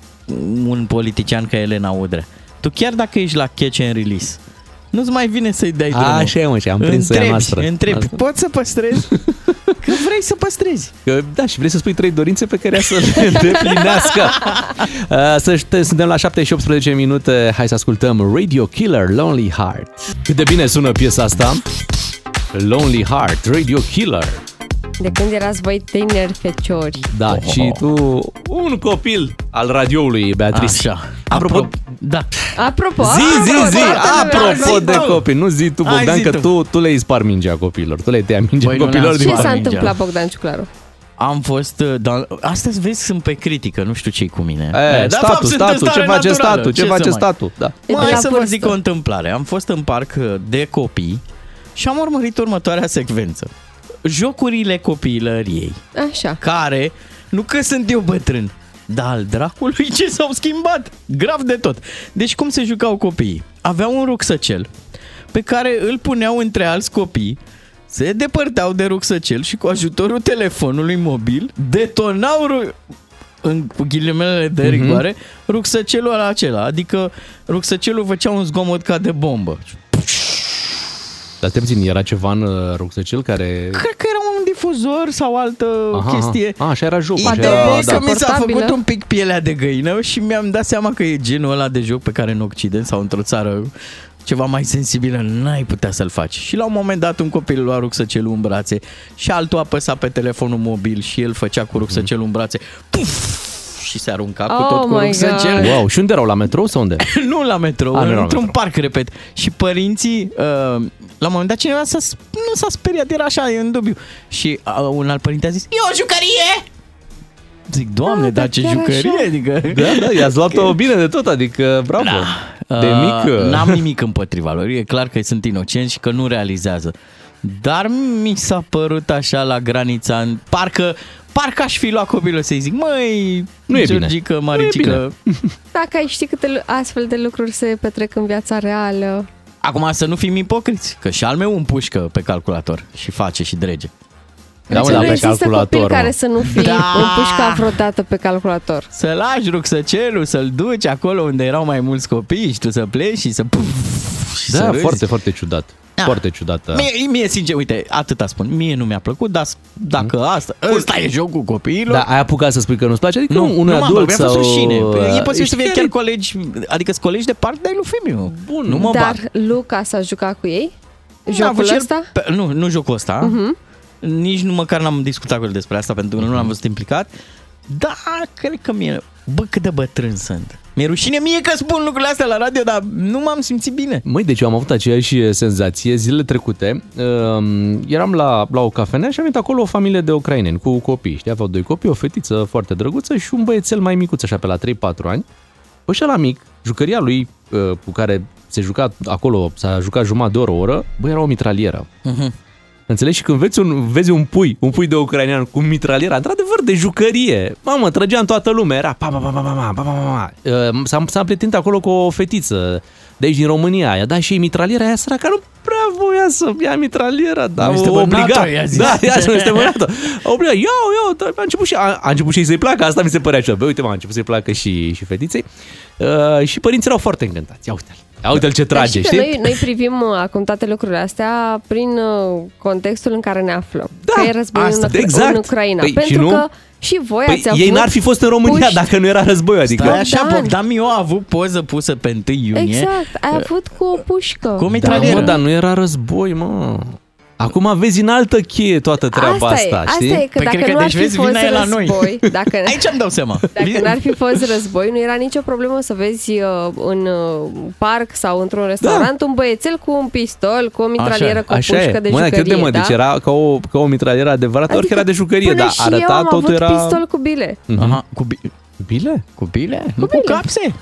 un politician ca Elena Udrea. Tu chiar dacă ești la catch and release, nu-ți mai vine să-i dai drumul.
Așa e, mă, și am prins-o ea
întrebi,
noastră.
Întrebi,
Asta.
poți să păstrezi? Că vrei să păstrezi.
Că, da, și vrei să spui trei dorințe pe care ea să le îndeplinească. Uh, Să știe, suntem la 7 și 18 minute. Hai să ascultăm Radio Killer, Lonely Heart. Cât de bine sună piesa asta. Lonely Heart, Radio Killer.
De când erați voi tineri feciori.
Da, oh. și tu un copil al radioului, Beatrice.
Așa.
Apropo,
Apro- Da.
Apropo,
zi, zi,
toată
zi,
lumea
apropo
a zis,
de
tu.
copii, nu zi tu,
Hai,
Bogdan,
zi
că
tu.
tu, tu le-ai spar mingea copilor, tu le-ai tăiat mingea
Băi, nu
copilor
le-am
din
Ce
spart.
față.
s-a
Mingea.
întâmplat, Bogdan Ciuclaru?
Am fost, uh, dar astăzi vezi, sunt pe critică, nu știu ce-i cu mine.
Da,
E,
Dar, fapt,
statul,
sunt în
statul, ce
stare
face
naturală.
statul, ce
să
face
mai-
statul, da.
Mă,
de
hai
la
să vă
vârstă.
zic o întâmplare. Am fost în parc uh, de copii și am urmărit următoarea secvență. Jocurile copiilăriei,
Așa.
care, nu că sunt eu bătrân, dar al dracului ce s-au schimbat, grav de tot. Deci cum se jucau copiii? Aveau un rucsăcel pe care îl puneau între alți copii Se depărtau de rucsăcel și cu ajutorul telefonului mobil detonau ru- în cu ghilimele
Mhm.
de rigoare, mm-hmm. rucsăcelul ăla acela. Adică rucsăcelul făcea un zgomot ca de bombă.
Dar te puțin, era ceva în uh, rucsăcel care...
Cred că era un difuzor sau altă
Aha,
aha,
aha.
chestie.
A, așa era jocul. așa
Ideea
era,
e că
da.
mi s-a
Portabilă.
făcut un pic pielea de găină și mi-am dat seama că e genul ăla de joc pe care în Occident sau într-o țară ceva mai sensibilă, n-ai putea să-l faci. Și la un moment dat un copil lua rucsăcelul în brațe și altul apăsa pe telefonul mobil și el făcea cu rucsăcelul în brațe puf, și se arunca cu tot
Oh
cu
my
rucsăcel.
God.
Wow, și unde erau? La metrou sau unde?
Nu la metrou,
A, Ah, nu
A,
la
într-un
metrou.
parc, repet. Și părinții, uh, la un moment dat cineva s-a, sp- nu s-a speriat, era așa, e în dubiu. Și uh, un alt părinte a zis, e o jucărie! Zic, doamne,
Ah,
dar
dar
ce
chiar
jucărie,
așa.
adică...
Da, da, i-ați luat-o bine de tot, adică bravo. De
Uh,
mică.
N-am nimic împotriva lor, e clar că sunt inocenți și că nu realizează. Dar mi s-a părut așa la granița, în- parcă, parcă aș fi luat copilul să-i zic, măi,
Nu e bine.
Georgică, Maricică,
Dacă ai ști câte lu- astfel de lucruri se petrec în viața
Da,
reală,
Acum să nu fim ipocriți, că și al meu îmi pușcă pe calculator și face și drege.
Da, mă,
Deci
dar
nu
pe
există
calculator,
copil
mă.
care să nu fie
Da.
împușcat vreodată pe calculator.
Să lași rucsăcelul, să-l duci acolo unde erau mai mulți copii și tu să pleci și să... puf, și să
Da,
râzi.
foarte, foarte ciudat.
Da.
Foarte ciudat. da.
Mie, mie, sincer, uite, atâta spun. Mie nu mi-a plăcut, dar s-
Mm.
dacă asta... Ăsta e jocul copiilor.
Dar ai apucat să spui că nu-ți place? Adică nu, un
nu
adult
m-a,
sau...
rușine. E posibil să fie
Ești
chiar colegi, adică sunt colegi de parte, dar e lui Femiu.
Bun.
nu mă
Dar
bag.
Luca s-a jucat cu ei?
N-a avut
Jocul
Ah. și el
ăsta? Mhm.
Pe, nu, nu jocul ăsta. Nici nu măcar n-am discutat cu el despre asta pentru că nu
Mhm.
l-am văzut implicat. Da, cred că mi-e... Bă, cât de bătrân sunt. Mi-e rușine mie că spun lucrurile astea la radio, dar nu m-am simțit bine.
Măi, deci eu am avut aceeași senzație zilele trecute. Um, eram la, la o cafenea și am venit acolo o familie de ucraineni cu copii. Știi, aveau doi copii, o fetiță foarte drăguță și un băiețel mai micuț, așa pe la 3-4 ani. Păi și la mic, jucăria lui uh, cu care se juca acolo, s-a jucat jumătate de oră, o oră, băi, era o mitralieră. Înțelegi? Și când vezi un, vezi un pui, un pui de ucrainean cu mitraliera, într-adevăr, de jucărie. Mamă, trăgea în toată lumea, era pa, pa, pa, pa, pa, pa, pa, pa, pa. Uh, S-a, s-a împletit acolo cu o fetiță de aici din România, i-a dat și ei mitraliera, aia săraca nu prea voia să ia mitraliera, dar
Nu este
o obliga.
bărnată, i-a zis.
Da, ea nu este bărnată. O obliga, iau, iau, dar a început și, a, a început și ei să-i placă, asta mi se părea așa. Bă, uite, mă, a început să-i placă și, și fetiței. Uh, și părinții erau foarte încântați, ia uite-l. Ia uite-l ce
Da. Dar
trage,
știi că
știi?
Noi, noi privim uh, acum toate lucrurile astea prin uh, contextul în care ne aflăm.
Da,
că e războiul
asta,
în, Ucra-
exact.
în Ucraina.
Păi, și
pentru
nu?
că și voi
Păi
ați avut
ei n-ar fi fost în România
puști.
dacă nu era războiul, adică...
Stai așa,
Bogdan.
Bogdan Miu a avut poză pusă pe 1 iunie.
Exact, ai avut cu o pușcă.
Cum e
Da, mă,
Mitralieră.
dar nu era război, mă. Acum vezi în altă cheie toată treaba
asta, e,
asta, știi?
asta e, că
Păi
dacă
cred că
nu ar
deci
fi
vezi,
fost
vina e la noi.
război, dacă,
Aici îmi dau seama.
dacă n-ar fi fost război, nu era nicio problemă să vezi uh, în uh, parc sau într-un restaurant da. un băiețel cu un pistol, cu o mitralieră, cu o
așa
pușcă
e.
de
mă, dar
jucărie.
crede-mă,
da?
deci era ca o, ca o mitralieră adevărată, adică, oricare era de jucărie,
până
dar
și eu
arăta
am
totul
avut
era... Mhm.
pistol cu bile.
Aha, cu, bi-
Bile?
cu bile? nu cu
bile.
capse?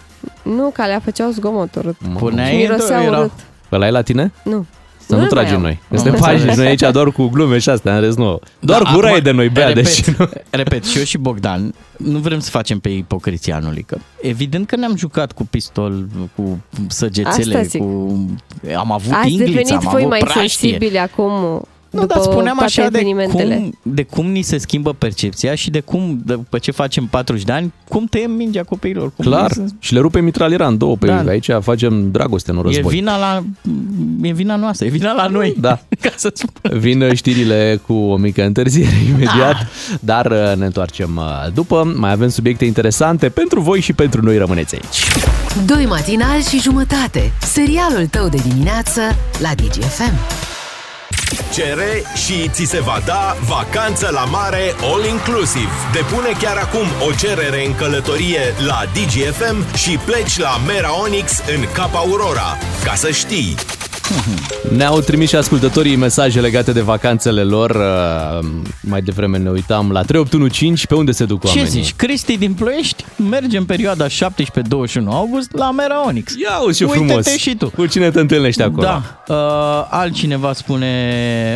Păi, Nu, că alea făceau zgomot urât.
Puneai
Și miroseau
era-
urât.
Ăla e la tine?
Nu.
Să nu,
îl mai
tragem
am.
noi. Suntem
Am
pași,
înțeles.
noi aici doar cu glume și astea, în rest nu. Doar
Da,
da, gura
acum,
e de noi, bea,
repet,
deci nu.
Repet, și eu și Bogdan, nu vrem să facem pe ipocriția anului, că evident că ne-am jucat cu pistol, cu
Asta
săgețele,
zic.
cu... Am avut
Ați
ingliță,
devenit
am
voi
avut
mai
praștie.
sensibili acum
Nu,
după
dar spuneam
toate
așa de
evenimentele.
cum, de cum ni se schimbă percepția și de cum, după ce facem 40 de ani, cum tăiem mingea copiilor. Cum
Clar.
Da.
le-
Și le rupe mitraliera în două, pe
Da.
aici facem dragoste, nu
E
război.
vina, la, e vina noastră, e vina la noi.
Da.
Ca să spun. Da.
Vin știrile cu o mică întârziere imediat, dar uh, ne întoarcem uh, după. Mai avem subiecte interesante pentru voi și pentru noi. Rămâneți aici.
Doi matinal și jumătate. Serialul tău de dimineață la DGFM.
Cere și ți se va da vacanță la mare all inclusive. Depune chiar acum o cerere în călătorie la DGFM și pleci la Mera Onyx în Capa Aurora. Ca să știi!
Ne-au trimis și ascultătorii mesaje legate de vacanțele lor. Uh, Mai devreme ne uitam la 3815, pe unde se duc
Ce
oamenii.
zici? Cristi din Ploiești merge în perioada 17-21 august la Mera Onyx.
Ia uite ce
Uită-te
frumos.
și tu.
Cu cine te întâlnești acolo?
Da. Uh, altcineva spune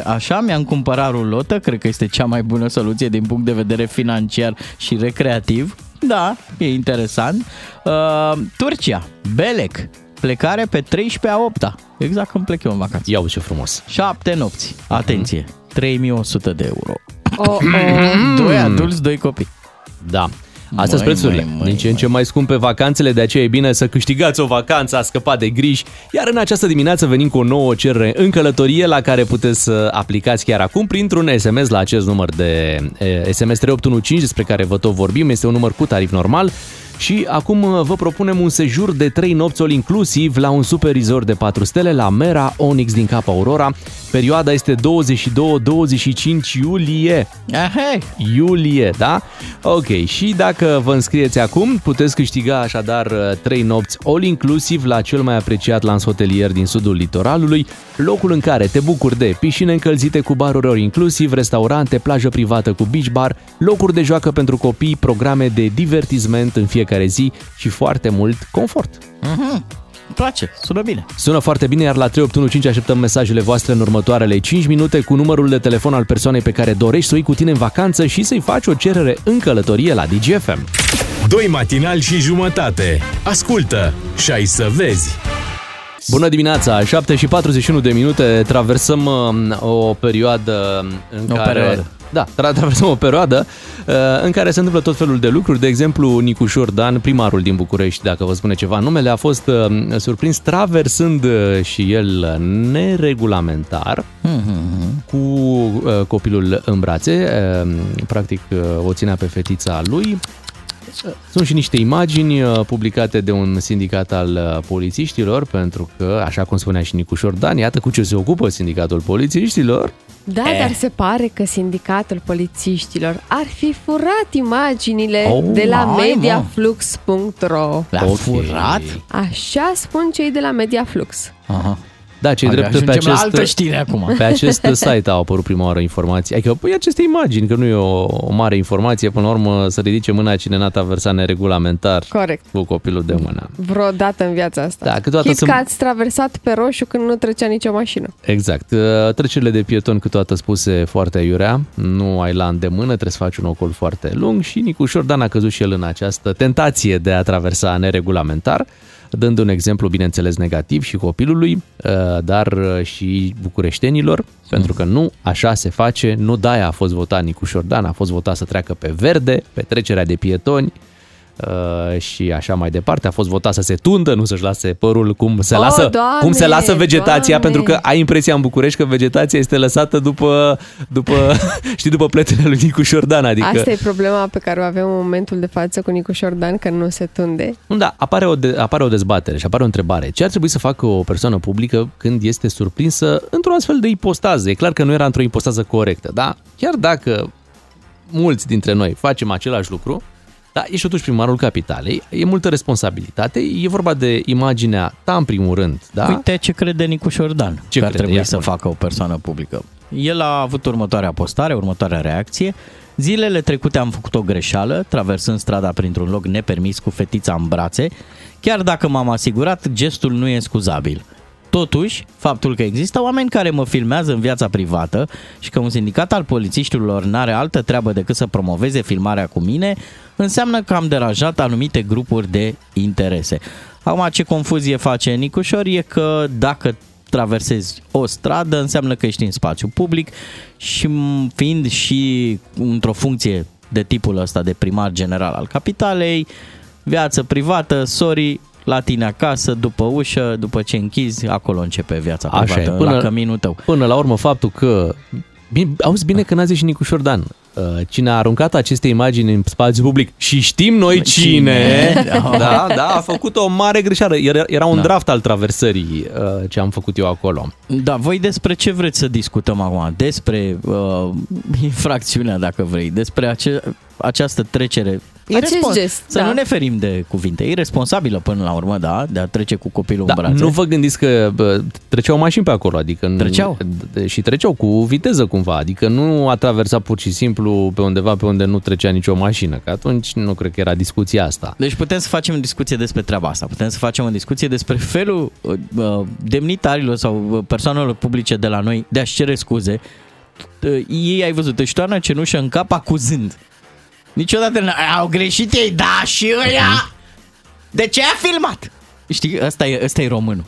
așa, mi-am cumpărat rulotă, cred că este cea mai bună soluție din punct de vedere financiar și recreativ. Da, e interesant. Uh, Turcia, Belek, Plecare pe 13 a 8 Exact când plec eu în vacanță.
Iau ce frumos. Mhm.
7 nopți. Atenție. 3100 de euro.
O, o.
Doi adulți, doi copii.
Da. Astea sunt
Măi,
prețurile.
măi, măi,
din ce în ce mai scumpe vacanțele, de aceea e bine să câștigați o vacanță, a scăpat de griji. Iar în această dimineață venim cu o nouă cerere în călătorie la care puteți să aplicați chiar acum printr-un SMS la acest număr de e, SMS 3815 despre care vă tot vorbim. Este un număr cu tarif normal. Și acum uh, vă propunem un sejur de 3 nopți all inclusiv la un super resort de 4 stele la Mera Onyx din Capa Aurora. Perioada este 22-25 iulie
Ahei.
iulie, da? Ok, și dacă vă înscrieți acum, puteți câștiga așadar 3 uh, nopți all-inclusiv la cel mai apreciat lans hotelier din sudul litoralului, locul în care te bucuri de piscine încălzite cu baruri all inclusiv, restaurante, plajă privată cu beach bar, locuri de joacă pentru copii, programe de divertisment în fiecare zi și foarte mult confort.
Mhm. Îmi place, sună bine.
Sună foarte bine, iar la 3815 așteptăm mesajele voastre în următoarele 5 minute cu numărul de telefon al persoanei pe care dorești să o iei cu tine în vacanță și să-i faci o cerere în călătorie la DGFM.
Doi matinal și jumătate. Ascultă și ai să vezi.
Bună dimineața, 7 și 41 de minute, traversăm um, o perioadă um, în
O
care...
perioadă.
Da, tra- traversăm o perioadă uh, în care se întâmplă tot felul de lucruri. De exemplu, Nicușor Dan, primarul din București, dacă vă spune ceva numele, a fost uh, surprins traversând uh, și el uh, neregulamentar
Mhm.
cu uh, copilul în brațe. Uh, Practic uh, o ținea pe fetița lui. Sunt și niște imagini uh, publicate de un sindicat al uh, polițiștilor, pentru că, așa cum spunea și Nicușor Dan, iată cu ce se ocupă sindicatul polițiștilor.
Da,
Eh.
dar se pare că sindicatul polițiștilor ar fi furat imaginile
Oh,
oh, de la
hai, mă.
mediaflux.ro.
L-a
Ok.
furat?
Așa spun cei de la Mediaflux.
Aha.
Da, ce
Abia
drept pe
ajungem la
acest, uh,
altă știre acum.
pe acest site au apărut prima oară informații. Adică, păi, aceste imagini, că nu e o, o mare informație, până la urmă să ridice mâna cine n-a traversat neregulamentar
Corect.
cu copilul de mână.
Vreodată în viața asta.
Da, câteodată
Chit
sunt-
că ați traversat pe roșu când nu trecea nicio mașină.
Exact. Uh, Trecerile de pieton câteodată spuse foarte aiurea, nu ai la îndemână, trebuie să faci un ocol foarte lung și Nicușor Dan a căzut și el în această tentație de a traversa neregulamentar, dând un exemplu, bineînțeles, negativ și copilului, uh, dar uh, și bucureștenilor, pentru că nu așa se face, nu de-aia a fost votat Nicușor Dan, a fost votat să treacă pe verde, pe trecerea de pietoni, uh, și așa mai departe. A fost votat să se tundă, nu să-și lase părul cum se,
Oh,
lasă,
Doamne,
cum se lasă vegetația,
Doamne.
pentru că ai impresia în București că vegetația este lăsată după, după știi, după pletele lui Nicușor Dan, adică...
Asta e problema pe care o avem în momentul de față cu Nicu Șordan, că nu se tunde.
Nu, da, apare o, de, apare o dezbatere și apare o întrebare. Ce ar trebui să facă o persoană publică când este surprinsă într-o astfel de ipostază? E clar că nu era într-o ipostază corectă, da? Chiar dacă mulți dintre noi facem același lucru, da, ești totuși primarul capitalei, e multă responsabilitate, e vorba de imaginea ta în primul rând, da?
Uite ce crede Nicu Șordan
Ce
ce că ar
crede? Ia
trebui să
spune.
facă o persoană publică. El a avut următoarea postare, următoarea reacție. Zilele trecute am făcut o greșeală, traversând strada printr-un loc nepermis cu fetița în brațe. Chiar dacă m-am asigurat, gestul nu e scuzabil. Totuși, faptul că există oameni care mă filmează în viața privată și că un sindicat al polițiștilor n-are altă treabă decât să promoveze filmarea cu mine, înseamnă că am derajat anumite grupuri de interese. Acum, ce confuzie face Nicușor e că dacă traversezi o stradă, înseamnă că ești în spațiu public și m, fiind și într-o funcție de tipul ăsta de primar general al capitalei, viață privată, sorry, la tine acasă, după ușă, după ce închizi, acolo începe viața
Așa
privată,
e, până-
până... la căminul tău.
Până la urmă, faptul că... Bine, auzi bine că n-a zis și Nicușor Dan. Uh, Cine a aruncat aceste imagini în spațiu public și știm noi cine,
Cine?
da, da, a făcut o mare greșeală. Era, era un
Da.
draft al traversării uh, ce am făcut eu acolo.
Da, voi despre ce vreți să discutăm acum? Despre uh, infracțiunea, dacă vrei, despre ace- această trecere.
Acest
Irrespon-
gest,
Să
da.
nu ne ferim de cuvinte. E responsabilă până la urmă, da, de a trece cu copilul
Da,
în brațe.
nu vă gândiți că bă, treceau mașini pe acolo, adică nu-
Treceau?
d- și treceau cu viteză cumva, adică nu a traversat pur și simplu pe undeva pe unde nu trecea nicio mașină, că atunci nu cred că era discuția asta.
Deci putem să facem o discuție despre treaba asta. Putem să facem o discuție despre felul uh, uh, demnitarilor sau uh, persoanelor publice de la noi de a-și cere scuze. Uh, Ei, ai văzut, își toarnă cenușă în cap acuzând.
Mhm.
Niciodată n- au greșit ei, da, și ăia... De ce a filmat? Știi, ăsta e, ăsta e românul.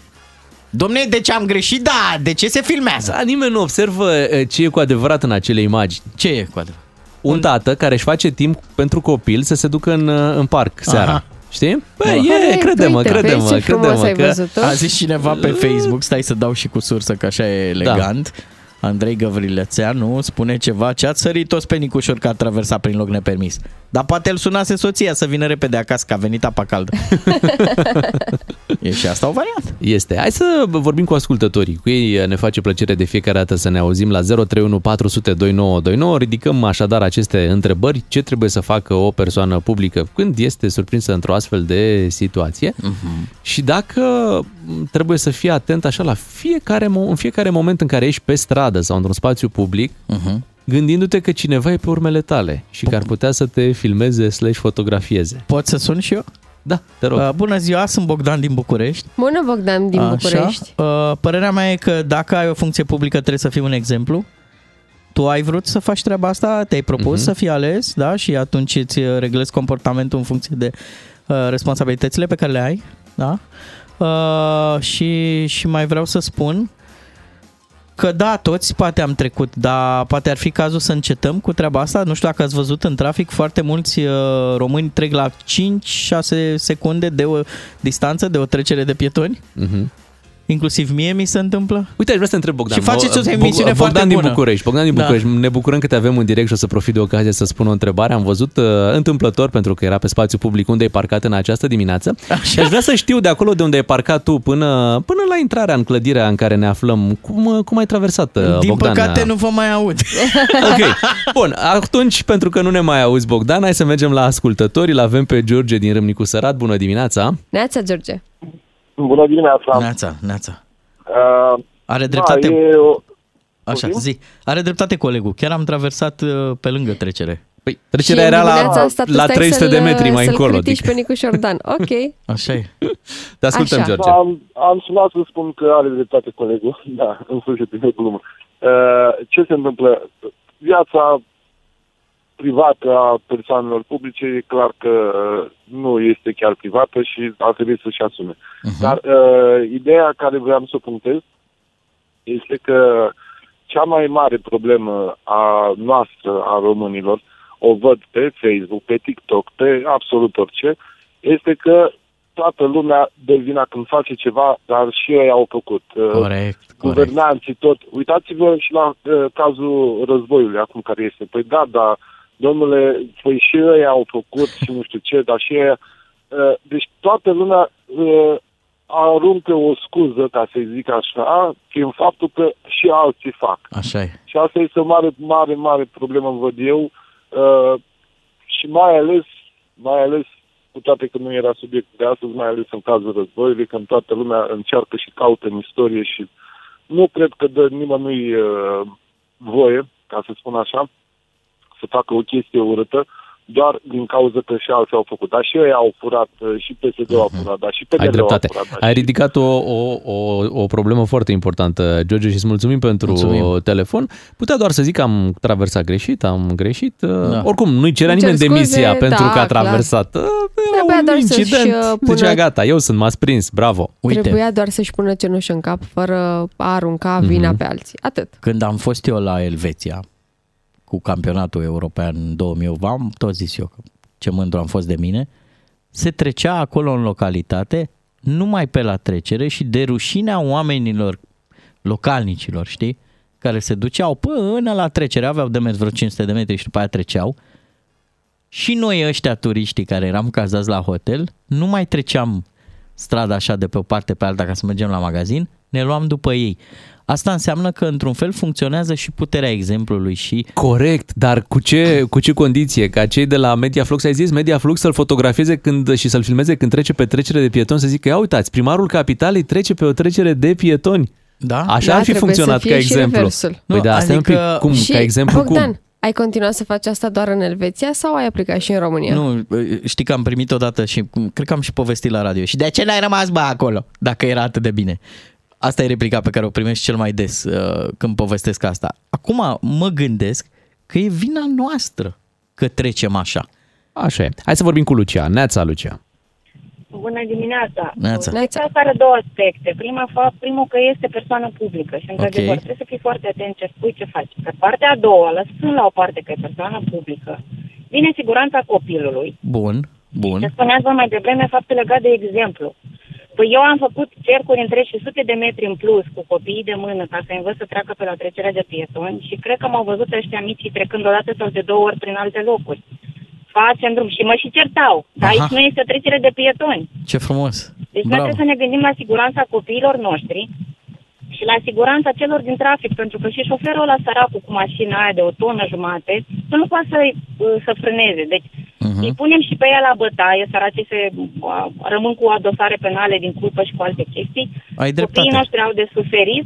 Domne, deci am greșit, da, de ce se filmează?
Da, nimeni nu observă eh, ce e cu adevărat în acele imagini.
Ce e cu adevărat?
Un tată care își face timp pentru copil să se ducă în, eh, în parc seara.
Aha.
Știi? Bă,
Corect,
e, crede-mă,
Da. Păi, uite,
crede-mă,
vezi ce frumos
crede-mă
ai da?
că... Da.
văzut-o?
A zis cineva pe Facebook, stai să dau și cu sursă, că așa e elegant. Da. Andrei Gavrilețeanu spune ceva ce ați sărit toți pe Nicușor că a traversat prin loc nepermis. Dar poate îl sunase soția să vină repede acasă, că a venit apa caldă. e și asta o variantă.
Este. Hai să vorbim cu ascultătorii. Cu ei uh, ne face plăcere de fiecare dată să ne auzim la 031 400 2929. Ridicăm așadar aceste întrebări. Ce trebuie să facă o persoană publică când este surprinsă într-o astfel de situație?
Mhm.
Uh-huh. Și dacă trebuie să fii atent așa la fiecare, mo- în fiecare moment în care ești pe stradă sau într-un spațiu public,
Uh-huh.
gândindu-te că cineva e pe urmele tale și că ar putea să te filmeze slash fotografieze.
Pot să sun și eu?
Da, te rog.
Uh, bună ziua, sunt Bogdan din București.
Bună, Bogdan din București.
Uh, părerea mea e că dacă ai o funcție publică trebuie să fii un exemplu. Tu ai vrut să faci treaba asta, te-ai propus uh-huh. să fii ales, da? Și atunci îți uh, reglezi comportamentul în funcție de uh, responsabilitățile pe care le ai, da? Uh, și, și mai vreau să spun că da, toți poate am trecut, dar poate ar fi cazul să încetăm cu treaba asta. Nu știu dacă ați văzut în trafic, foarte mulți uh, români trec la 5-6 secunde de o distanță, de o trecere de pietoni.
Uh-huh.
Inclusiv mie mi se întâmplă.
Uite, aș vrea să întreb Bogdan.
Și faceți o
Bo- Bo-
emisiune
Bogdan
foarte
din
bună.
București. Bogdan din
Da.
București. Ne bucurăm că te avem în direct și o să profit de ocazie să spun o întrebare. Am văzut uh, întâmplător, pentru că era pe spațiu public unde ai parcat în această dimineață. Așa. Și aș vrea să știu de acolo de unde ai parcat tu până, până la intrarea în clădirea în care ne aflăm. Cum, uh, cum ai traversat, uh,
Din
Bogdan?
păcate nu vă mai aud.
Ok. Bun, atunci, pentru că nu ne mai auzi, Bogdan, hai să mergem la ascultători. Îl avem pe George din Râmnicu Sărat. Bună dimineața!
Neața, George.
Bună dimineața!
Neața, neața.
Uh,
Are dreptate,
Da, e o...
așa, zi. Are dreptate colegul. Chiar am traversat uh, pe lângă trecere.
Păi, trecerea
Și
era
dimineața
la,
asta tu
la
stai
300 de
să-l-
metri mai
să-l
încolo. adică- deci-
critici pe Nicu Șordan. Ok.
Așa e.
Te ascultăm,
Așa.
George.
am, am sunat să spun că are dreptate colegul. Da, în sfârșit, e glumă. Uh, ce se întâmplă? Viața privată a persoanelor publice e clar că uh, nu este chiar privată și ar trebui să-și asume.
Mhm.
Uh-huh. Dar uh, ideea care vreau să o punctez este că cea mai mare problemă a noastră, a românilor, o văd pe Facebook, pe TikTok, pe absolut orice, este că toată lumea dă vina când face ceva, dar și ei au făcut. Uh,
Corect, corect.
guvernanții, tot. Uitați-vă și la uh, cazul războiului acum care este. Păi da, da, domnule, păi și ei au făcut și nu știu ce, dar și ei... Uh, deci toată lumea uh, aruncă o scuză, ca să zic așa, prin faptul că și alții fac.
Așa e.
Și asta este o mare, mare, mare problemă, văd eu. Uh, și mai ales, mai ales, cu toate că nu era subiectul de astăzi, mai ales în cazul războiului, când toată lumea încearcă și caută în istorie și nu cred că dă nimănui uh, voie, ca să spun așa, să facă o chestie urâtă, doar din cauza că și alții au făcut. Dar și ei au furat, uh, și PSD-ul a furat, dar și
Mhm. Ai
PNL-ul a
dreptate.
furat. dar
Ai
și-
ridicat o, o, o, o problemă foarte importantă, George, și îți mulțumim pentru
Mulțumim.
mulțumim. telefon. Putea doar să zic că am traversat greșit, am greșit. Da. Oricum, nu-i cerea
Îmi
nimeni
cer
demisia
scuze,
pentru
da,
că
clar.
a traversat. Era
Trebuia
un
doar să-și,
incident.
uh, pună-
Deci, gata, eu sunt, m-ați prins, bravo.
Uite,
Trebuia doar să-și pună cenușă în cap fără a
Mhm.
arunca vina pe alții. Atât.
când am fost eu la Elveția cu campionatul european în 2008, am tot zis eu că ce mândru am fost de mine, se trecea acolo în localitate numai pe la trecere și de rușinea oamenilor localnicilor, știi? Care se duceau până la trecere, aveau de mers vreo 500 de metri și după aia treceau. Și noi ăștia turiștii care eram cazați la hotel, nu mai treceam strada așa de pe o parte pe alta ca să mergem la magazin, ne luam după ei. Asta înseamnă că într-un fel funcționează și puterea exemplului și
Corect, dar cu ce, cu ce condiție? Ca cei de la Mediaflux, ai zis, Mediaflux să-l fotografieze când, și să-l filmeze când trece pe trecere de pietoni, să zic că, ia uitați, primarul capitalei trece pe o trecere de pietoni.
da?
Așa
Da,
ar fi
trebuie să
funcționat
fie
ca
și
exemplu.
reversul.
Păi
Nu,
da, asta
adică-
adică... un pic. Cum?
și,
ca exemplu
Bogdan,
cum?
ai continuat să faci asta doar în Elveția sau ai aplicat și în România?
Nu, știi că am primit odată și cum- cred că am și povestit la radio. Și de ce n-ai rămas bă acolo, dacă era atât de bine? Asta e replica pe care o primești cel mai des uh, când povestesc asta. Acum mă gândesc că e vina noastră că trecem așa.
Așa e. Hai să vorbim cu Lucia. Neața, Lucia.
Bună dimineața!
Neața.
Chestia asta are două aspecte. Prima, fa- primul că este persoană publică și, într-adevăr,
Ok.
trebuie să fii foarte atent ce spui, ce faci. Pe partea a doua, lăsând la o parte că e persoană publică, vine siguranța copilului.
Bun, bun.
Ce spuneați voi mai devreme, faptul legat de exemplu. Păi eu am făcut cercuri întregi și sute de metri în plus cu copiii de mână ca să învăț să treacă pe la trecerea de pietoni și cred că m-au văzut ăștia micii trecând o dată sau de două ori prin alte locuri. Facem drum și mă și certau. Că
Aha.
aici nu este o trecere de pietoni.
Ce frumos.
Deci noi
Bravo.
trebuie să ne gândim la siguranța copiilor noștri și la siguranța celor din trafic, pentru că și șoferul ăla săracul cu mașina aia de o tonă jumate, tu nu poate să, să frâneze. Deci
Mhm.
uh-huh. îi punem și pe ea la bătaie, săracii se a, rămân cu adosare penale din culpă și cu alte chestii.
Ai dreptate.
Copiii noștri au de suferit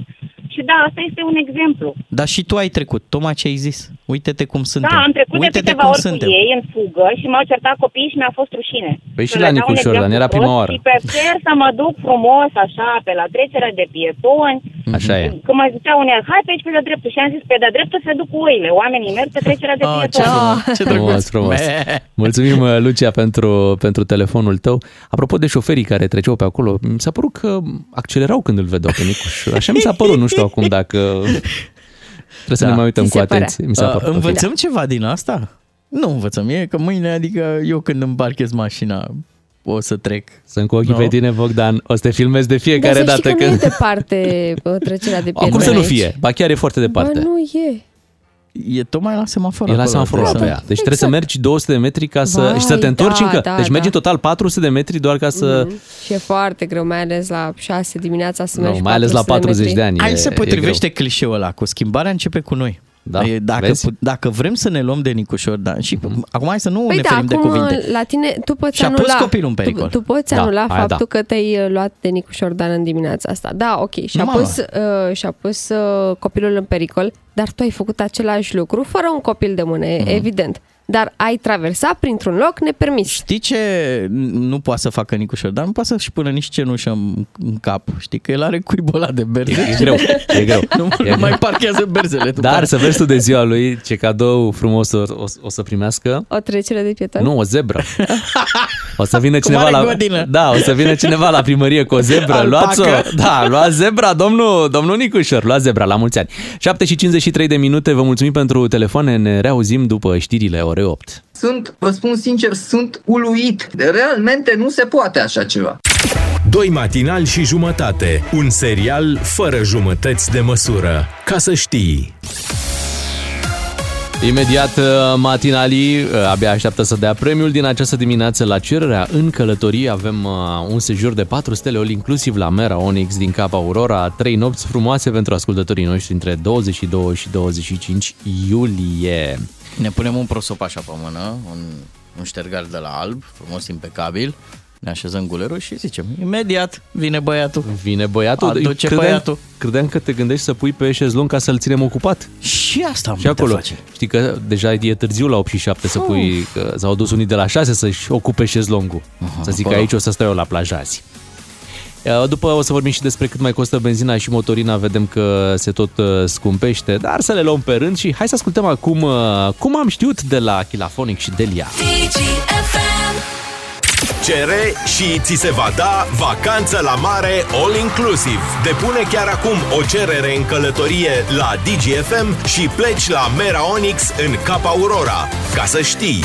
și da, asta este un exemplu.
Dar și tu ai trecut, tocmai ce ai zis. Uite-te cum suntem.
Da, am trecut
Uite-te
de câteva
cum
ori
suntem.
cu ei în fugă și m-au certat copiii și mi-a fost rușine.
Păi și
Să
la
le dau un
Nicușor,
exemplu
dar era prima
prost
oară.
Și prefer să mă duc frumos așa pe la trecerea de pietoni.
Mhm.
Așa e.
Când mă zicea unii, hai pe aici pe de dreptul și am zis pe de dreptul se duc oile, oamenii merg pe trecerea de
Ah, ce
pietoni.
frumos, ce
Frumos,
drăguț.
frumos.
Be.
Mulțumim, uh, Lucia, pentru, pentru telefonul tău. Apropo de șoferii care treceau pe acolo, mi s-a părut că accelerau când îl vedeau pe Nicuș. Așa mi s-a părut, nu știu acum dacă... Trebuie să
Da.
ne mai uităm
Ți
cu
se părea.
atenție. Mi s-a
Uh,
părut. ok.
învățăm ceva din asta? Nu învățăm. E că mâine, adică eu când îmi parchez mașina, o să trec.
Sunt cu ochii
No.
pe tine, Bogdan. O să te filmez de
Dar
fiecare
să știi
dată
că nu e
când...
departe bă, trecerea de pietoni
Acum să nu
aici.
fie. Ba chiar e foarte
Bă,
departe.
nu e.
E tocmai la semafor.
E la
acolo, Da.
semaforul
trebuie
pe aia. Deci
să-
trebuie să
Exact.
mergi 200 de metri ca să...
Vai,
și să te întorci
da,
încă.
da,
deci mergi
da. Mm.
în total 400 de metri doar ca să...
Și e foarte greu, mai ales la 6 dimineața să
Nu,
mergi
mai ales la 40 de, ani.
Aici
e-
se
e
potrivește clișeul ăla cu schimbarea începe cu noi.
Da,
E, dacă,
vezi? Mhm.
pu- dacă vrem să ne luăm de Nicușor, da. Și acum hai să nu
Păi
ne
da,
ferim
acum
de cuvinte.
la tine, tu poți
Și-a pus
anula,
copilul în pericol.
Tu, tu poți
Da,
anula
aia
faptul
da.
că te-ai uh, luat de Nicușor Dan în dimineața asta. Da, ok, și-a
Nu m-am
pus, uh, și-a pus uh, copilul în pericol, dar tu ai făcut același lucru fără un copil de mână,
Mhm.
mm-hmm. evident. Dar ai traversat printr-un loc nepermis.
Știi ce nu poate să facă Nicușor? Dar nu poate să-și pună nici cenușă în, în cap. Știi că el are cuibul ăla de berze.
E greu, e greu.
Nu,
E
nu
greu.
mai parchează berzele. după
Dar
aia.
să vezi tu de ziua lui ce cadou frumos o, o, o să primească.
O trecere de pietoni?
Nu, o zebră. O să vină
Cum
cineva
are
la
godină.
Da, o să vină cineva la primărie cu o zebră.
Alpaca.
Luați-o. Da, luați zebra, domnul, domnul Nicușor, luați zebra la mulți ani. 7 și 53 de minute, vă mulțumim pentru telefoane, ne reauzim după știrile ore 8.
Sunt, vă spun sincer, sunt uluit. Realmente nu se poate așa ceva.
Doi matinali și jumătate. Un serial fără jumătăți de măsură. Ca să știi.
Imediat uh, matinalii uh, abia așteaptă să dea premiul din această dimineață la cererea în călătorie. Avem uh, un sejur de 4 stele all inclusiv la Mera Onyx din Capa Aurora. Trei nopți frumoase pentru ascultătorii noștri între 22 și 25 iulie.
Ne punem un prosop așa pe mână, un, un ștergar de la alb, frumos, impecabil, ne așezăm gulerul și zicem, imediat vine băiatul.
Vine băiatul.
Aduce băiatul.
Credeam că te gândești să pui pe șezlong ca să-l ținem ocupat.
Și asta am
Și
putea
acolo,
face.
știi că deja e târziu la 8 și 7 să
Oh.
pui, că s-au dus unii de la 6 să-și ocupe șezlongul. Să zic că
acolo.
aici o să stau eu la plajă azi. Uh, După o să vorbim și despre cât mai costă benzina și motorina, vedem că se tot uh, scumpește, dar să le luăm pe rând și hai să ascultăm acum uh, cum am știut de la Chilafonic și Delia.
DGFM
Cere și ți se va da vacanță la mare all inclusiv. Depune chiar acum o cerere în călătorie la DGFM și pleci la Mera Onyx în Capa Aurora. Ca să știi.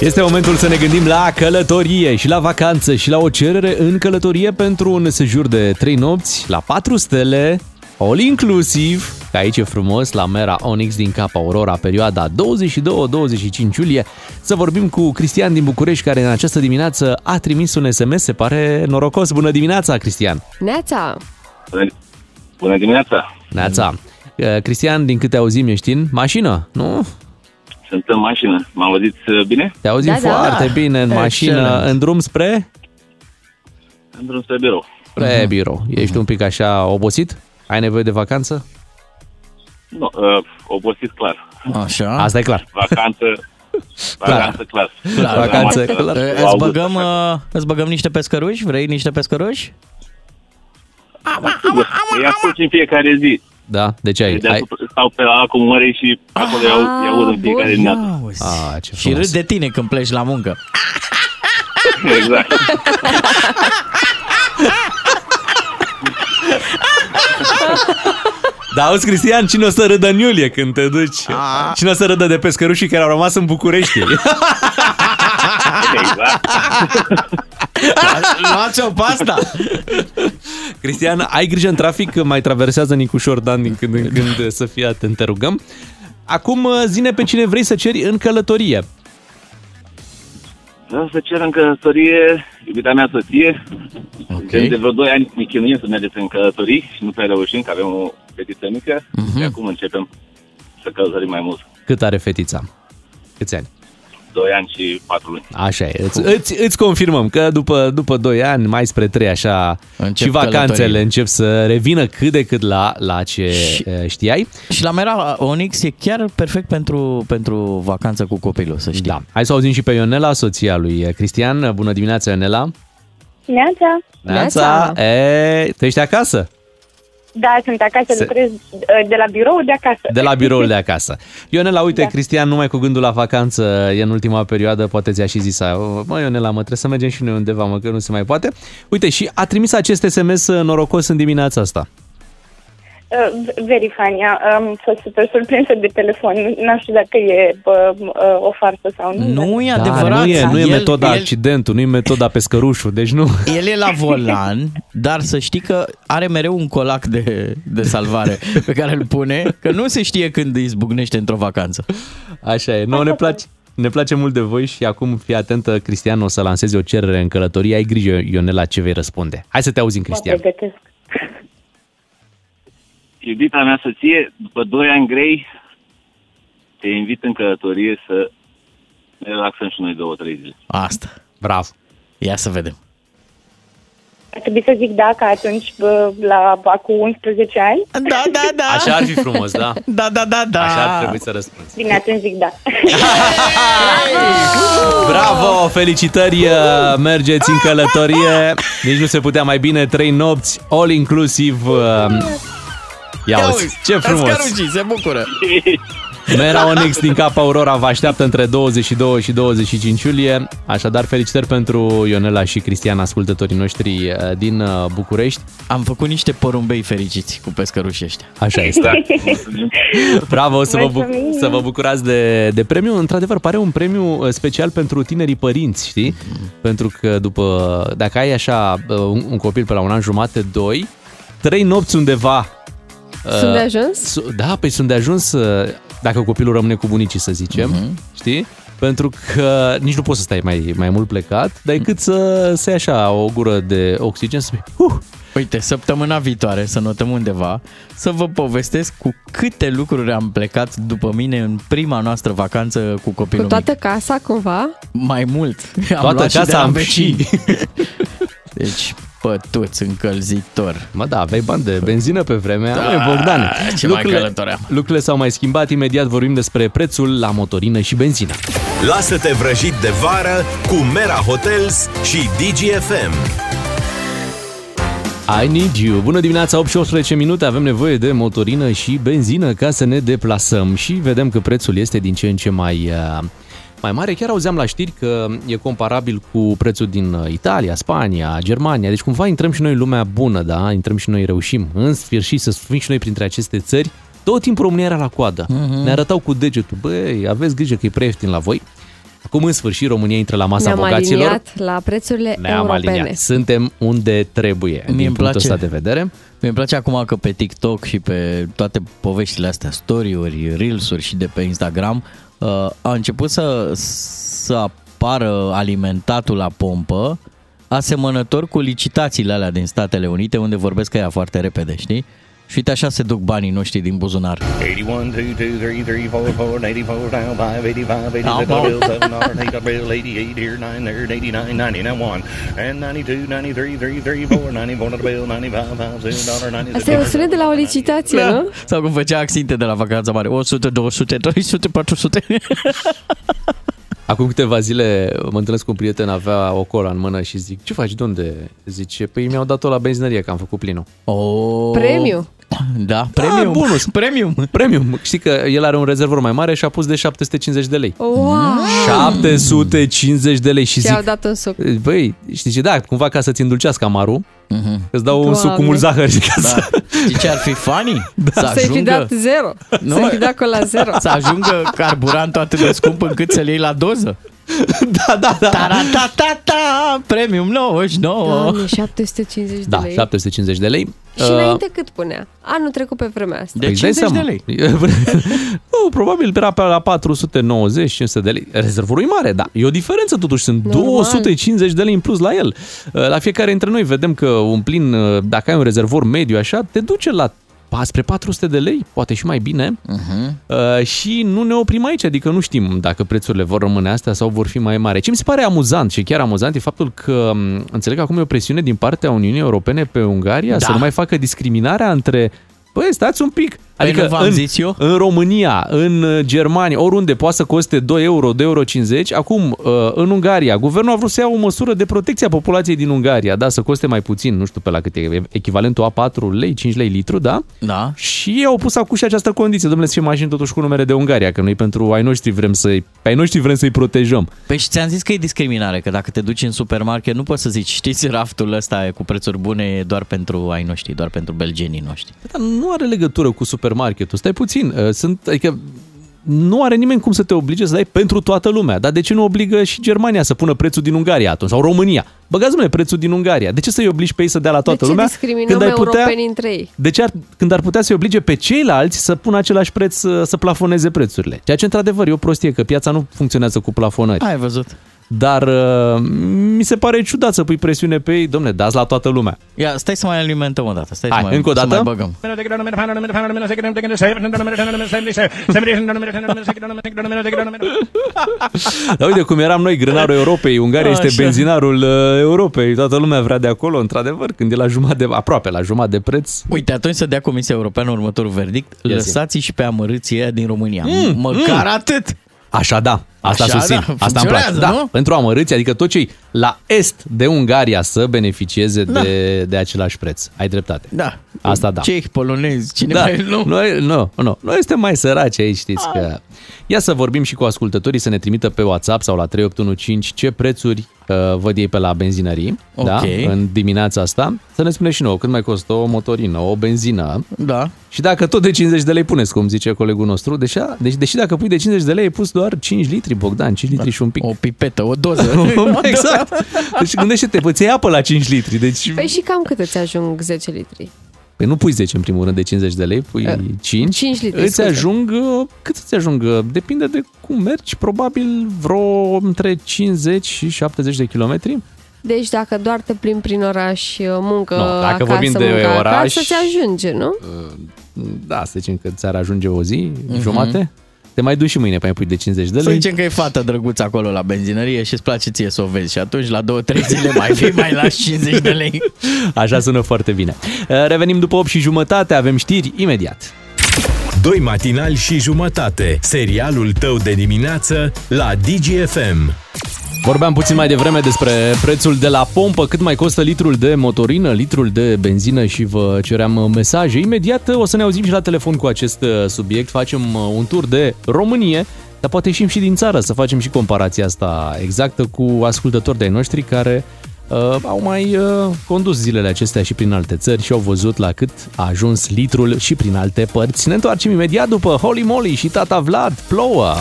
Este momentul să ne gândim la călătorie și la vacanță și la o cerere în călătorie pentru un sejur de 3 nopți la 4 stele, all inclusiv, că aici e frumos, la Mera Onyx din Capa Aurora, perioada 22-25 iulie. Să vorbim cu Cristian din București, care în această dimineață a trimis un SMS, se pare norocos. Bună dimineața, Cristian!
Neața!
Bună- Bună dimineața!
Neața! Eh, Cristian, din câte auzim, ești în mașină, nu?
Sunt în mașină. M-am auzit
eh,
uh, bine?
Te auzim
Da, da.
foarte bine în mașină,
Excelent.
în drum spre...
Am drum spre birou.
Spre birou. Ești un pic așa obosit? Ai nevoie de vacanță?
Nu,
eh,
uh, obosit clar.
Așa.
Asta e clar.
Vacanță, vacanță clar.
Clar,
vacanță
Am, uh,
clar.
au
E, Îți
avut
băgăm,
așa.
uh, îți băgăm niște pescăruși? Vrei niște pescăruși?
Îi ascult în fiecare zi.
Da? De ce ai?
De
ai...
deasupra- Stau pe la acum mărei și acolo îi aud- îi aud în fiecare dimineață.
Auzi.
A, Ah, ce
Ah, Și
frumos.
râd de tine când pleci la muncă.
Exact.
Da, auzi, Cristian, cine o să râdă în iulie când te duci? A. Cine o să râdă de pescărușii care au rămas în București?
Exact.
Luați-o pe asta!
Cristian, ai grijă în trafic, că mai traversează Nicușor Dan din când în când, să fii atent, te rugăm. Acum zine pe cine vrei să ceri în călătorie.
Vreau să cer în căsătorie iubita mea soție. Okay. De vreo 2 ani ne chinuim să mergem în călătorii și nu prea reușim, că avem o fetiță mică.
Mhm.
Uh-huh. Și acum începem să călătorim mai mult.
Cât are fetița? Câți ani?
2 ani și 4 luni.
Așa e, îți, îți, îți confirmăm că după, după 2 ani, mai spre 3 așa, Încep și vacanțele
călătorii.
încep să revină cât de cât la, la ce
Și-
e, știai.
Și la Mera Onyx e chiar perfect pentru, pentru vacanță cu copilul, să știi. Da.
Hai să auzim și pe Ionela, soția lui Cristian. Bună dimineața, Ionela!
Neața.
E, tu ești acasă?
Da, sunt acasă,
Se-
Se... lucrez uh, de la birou de acasă.
De la biroul de acasă. Ionela, uite, da. Cristian, numai cu gândul la vacanță e în ultima perioadă, poate ți-a și zis, mă, Ionela, mă, trebuie să mergem și noi undeva, mă, că nu se mai poate. Uite, și a trimis acest SMS norocos în dimineața asta.
Uh, very funny. Am fost super surprinsă de telefon. Nu știu dacă e bă, uh, o farsă sau nu.
Nu e
Da,
adevărat.
Nu e, nu e
El-
metoda
el-
el... accidentul, nu e metoda pescărușul, deci nu.
El e la volan, dar să știi că are mereu un colac de, de salvare pe care îl pune, că nu se știe când îi zbucnește într-o vacanță.
Așa e, nouă ne place. Ne place mult de voi și acum fii atentă, Cristian, o să lanseze o cerere în călătorie. Ai grijă, Ionela, ce vei răspunde. Hai să te auzim, Cristian.
pregătesc.
Iubita mea soție, după 2 ani grei, te invit în călătorie să ne relaxăm și noi două, trei zile.
Asta.
Bravo.
Ia să vedem.
Ar trebui să zic da, că atunci, bă, la acum 11 ani.
Da, da, da.
Așa ar fi frumos, da?
Da, da, da, da.
Așa ar trebui să răspund.
Bine, atunci zic da.
Bravo, felicitări, uh, mergeți în călătorie. Nici nu se putea mai bine, trei nopți, all inclusiv. Ia uzi, ce frumos!
Pescărușii se bucură.
Mera Onyx din Cap Aurora vă așteaptă între 22 și 25 iulie. Așadar, felicitări pentru Ionela și Cristian, ascultătorii noștri eh, din eh, București.
Am făcut niște porumbei fericiți cu pescărușii ăștia.
Așa este. Bravo, să vă, buc-
Mulțumim.
să vă bucurați de, de premiu. Într-adevăr, pare un premiu uh, special pentru tinerii părinți, știi? Pentru că după, dacă ai așa uh, un, un copil pe la un an jumate, doi, trei nopți undeva... uh,
Sunt de ajuns?
su- Da, păi sunt de ajuns uh, dacă copilul rămâne cu bunicii, să zicem, știi? Pentru că nici nu poți să stai mai, mai mult plecat, dar e cât să, să iei așa o gură de oxigen să uh,
Uite, săptămâna viitoare, să notăm undeva, să vă povestesc cu câte lucruri am plecat după mine în prima noastră vacanță cu
Cu
copilul
toată casa, cumva?
mic. Mai mult. Am
Toată
luat și de
casa
la
am
vecini. Deci, pătuți, încălzitor.
Mă, da, aveai bani de benzină pe vremea.
Da,
Da, Bogdan,
ce mai călătoream.
lucrurile s-au mai schimbat. Imediat vorbim despre prețul la motorină și benzină.
Lasă-te vrăjit de vară cu Mera Hotels și DGFM.
I need you. Bună dimineața, 8 și 18 minute. Avem nevoie de motorină și benzină ca să ne deplasăm și vedem că prețul este din ce în ce mai uh, mai mare. Chiar auzeam la știri că e comparabil cu prețul din uh, Italia, Spania, Germania. Deci cumva intrăm și noi în lumea bună, da? Intrăm și noi reușim. În sfârșit să fim și noi printre aceste țări. Tot timpul România era la coadă.
Mhm.
Ne arătau cu degetul. Băi, aveți grijă că e prea ieftin la voi. Acum în sfârșit România intră la masa
Ne-am
bogaților.
aliniat la prețurile
Ne-am
europene.
aliniat. Suntem unde trebuie, din
îmi
punctul
place.
ăsta de vedere.
Mi-e place acum că pe TikTok și pe toate poveștile astea, story-uri, reels-uri și de pe Instagram, uh, a început să, să apară alimentatul la pompă asemănător cu licitațiile alea din Statele Unite, unde vorbesc că ea foarte repede, știi? Și uite așa se duc banii noștri din buzunar.
81, 22, 33, 44, 84, 95, 85, 86, 07,
Almost.
88, 88, here, 9, there, 89, 90, 91, and 92, 93, 33, 4, 94, the bill, 95, 50, 96.
Asta e Da. o sunet de la o licitație, nu?
Sau cum făcea Axinte de la vacanța mare. 100, 200, 300, 400.
Acum câteva zile mă întâlnesc cu un prieten, avea o cola în mână și zic, ce faci, de unde? Zice, păi mi-au dat-o la benzinărie, că am făcut plinul.
Oh.
Premiu.
Da, premium.
Da,
bonus. Premium.
Premium. Știi că el are un rezervor mai mare și a pus de 750 de lei.
Wow!
750 de lei și
Și-au
zic,
Oh.
"Eh,
dat un suc.
băi, știi ce, da, cumva ca să-ți îndulcească amarul, îți dau un suc cu
Doamne.
mult zahăr. Ca să...
Mhm. Da. Știi ce ar fi funny? Da. Să
Să-i fi
ajungă,
dat zero.
Nu.
Să-i fi dat acolo la zero.
să ajungă carburantul atât de scump încât să-l iei la doză.
Da, da, da.
Taratata, premium 99.
Doamne, 750 de
Da,
lei.
750 de lei. Uh,
Și înainte cât punea? Anul trecut pe vremea asta.
Păi îți dai seama. nu, probabil era pe la 490, 500 de lei. Rezervorul e mare, da. E o diferență totuși, sunt
Normal.
250 de lei în plus la el. Uh, La fiecare dintre noi vedem că un plin, uh, dacă ai un rezervor mediu așa, te duce la spre 400 de lei, poate și mai bine. Uh, și nu ne oprim aici, adică nu știm dacă prețurile vor rămâne astea sau vor fi mai mari. Ce mi se pare amuzant și chiar amuzant e faptul că m, înțeleg că acum e o presiune din partea Uniunii Europene pe Ungaria
Da.
să nu mai facă discriminarea între Băi, stați un pic!
Păi nu v-am
Adică în,
zis eu?
în România, în uh, Germania, oriunde poate să coste 2 euro, 2,50 euro. Acum, uh, în Ungaria, guvernul a vrut să ia o măsură de protecție a populației din Ungaria, da, să coste mai puțin, nu știu pe la cât e, echivalentul a 4 lei, 5 lei litru, da?
Da.
Și ei au pus acum și această condiție, domnule, să fie mașini totuși cu numere de Ungaria, că noi pentru ai noștri vrem să-i, pe ai noștri vrem să-i protejăm.
Păi și ți-am zis că e discriminare, că dacă te duci în supermarket nu poți să zici, știți, raftul ăsta e cu prețuri bune e doar pentru ai noștri, doar pentru belgenii noștri.
Dar Păi da, nu are legătură cu supermarketul, stai puțin, uh, sunt, adică nu are nimeni cum să te oblige să dai pentru toată lumea. Dar de ce nu obligă și Germania să pună prețul din Ungaria atunci? Sau România? Băgați, mă, prețul din Ungaria. De ce să-i obligi pe ei să dea la toată
de ce
lumea?
discriminăm europenii între ei?
De ce ar, când ar putea să-i oblige pe ceilalți să pună același preț, uh, să să plafoneze prețurile? Ceea ce, într-adevăr, e o prostie, că piața nu funcționează cu plafonări.
Ai văzut.
Dar uh, mi se pare ciudat să pui presiune pe ei, domne, dați la toată lumea.
Ia, stai să mai alimentăm o dată, stai
Hai,
să mai,
încă o
să
dată?
mai băgăm.
Dar uite cum eram noi, grânarul Europei, Ungaria
Așa.
este benzinarul uh, Europei, toată lumea vrea de acolo, într-adevăr, când e la jumătate, de, aproape la jumătate de preț.
Uite, atunci să dea Comisia Europeană următorul verdict,
zi.
lăsați și pe amărâții ăia din România.
Mm,
Măcar
mm.
atât.
Așa da, asta
Așa,
susțin,
da,
asta îmi place.
funcționează,
Da,
nu?
pentru amărâți, adică tot cei la est de Ungaria să beneficieze
Da.
de, de același preț. Ai dreptate.
Da.
Asta da.
Cehi, polonezi, cine
da.
mai nu.
Noi, nu, nu. Noi suntem mai săraci aici, știți că... Ia să vorbim și cu ascultătorii, să ne trimită pe WhatsApp sau la 3815 ce prețuri uh, văd ei pe la benzinării
Ok.
da, în dimineața asta. Să ne spune și nouă cât mai costă o motorină, o benzină.
Da.
Și dacă tot de 50 de lei puneți, cum zice colegul nostru, deși, deși, deși dacă pui de 50 de lei, ai pus doar 5 litri, Bogdan, 5 litri și un pic.
Da. O pipetă, o doză. Da.
exact. Deci gândește-te, păi ți apă la 5 litri, deci...
Păi și cam cât îți ajung 10 litri?
Păi nu pui 10 în primul rând de 50 de lei, pui
Eh,
5.
5 litri,
Îți
scuze.
ajung, uh, cât îți ajung? uh, Depinde de cum mergi, probabil vreo între 50 și 70 de kilometri.
Deci dacă doar te plimbi prin oraș, uh, muncă,
Nu, dacă
acasă,
vorbim de
muncă,
oraș-
acasă, ți ajunge, nu?
Da, să zicem că ți-ar ajunge o zi,
Mhm.
jumate. Te mai duci și mâine, mai pui de 50 de
Să
lei.
zicem că e fata drăguță acolo la benzinărie și îți place ție să o vezi și atunci la 2-3 zile Păi, mai vii, mai lași 50 de lei.
Așa sună foarte bine. Uh, Revenim după 8 și jumătate, avem știri imediat.
Doi matinali și jumătate. Serialul tău de dimineață la DGFM.
Vorbeam puțin mai devreme despre prețul de la pompă, cât mai costă litrul de motorină, litrul de benzină și vă ceream mesaje. Imediat o să ne auzim și la telefon cu acest uh, subiect, facem uh, un tur de Românie, dar poate ieșim și din țară să facem și comparația asta exactă cu ascultători de-ai noștri care uh, au mai uh, condus zilele acestea și prin alte țări și au văzut la cât a ajuns litrul și prin alte părți. Ne întoarcem imediat după Holy Moly și Tata Vlad, plouă!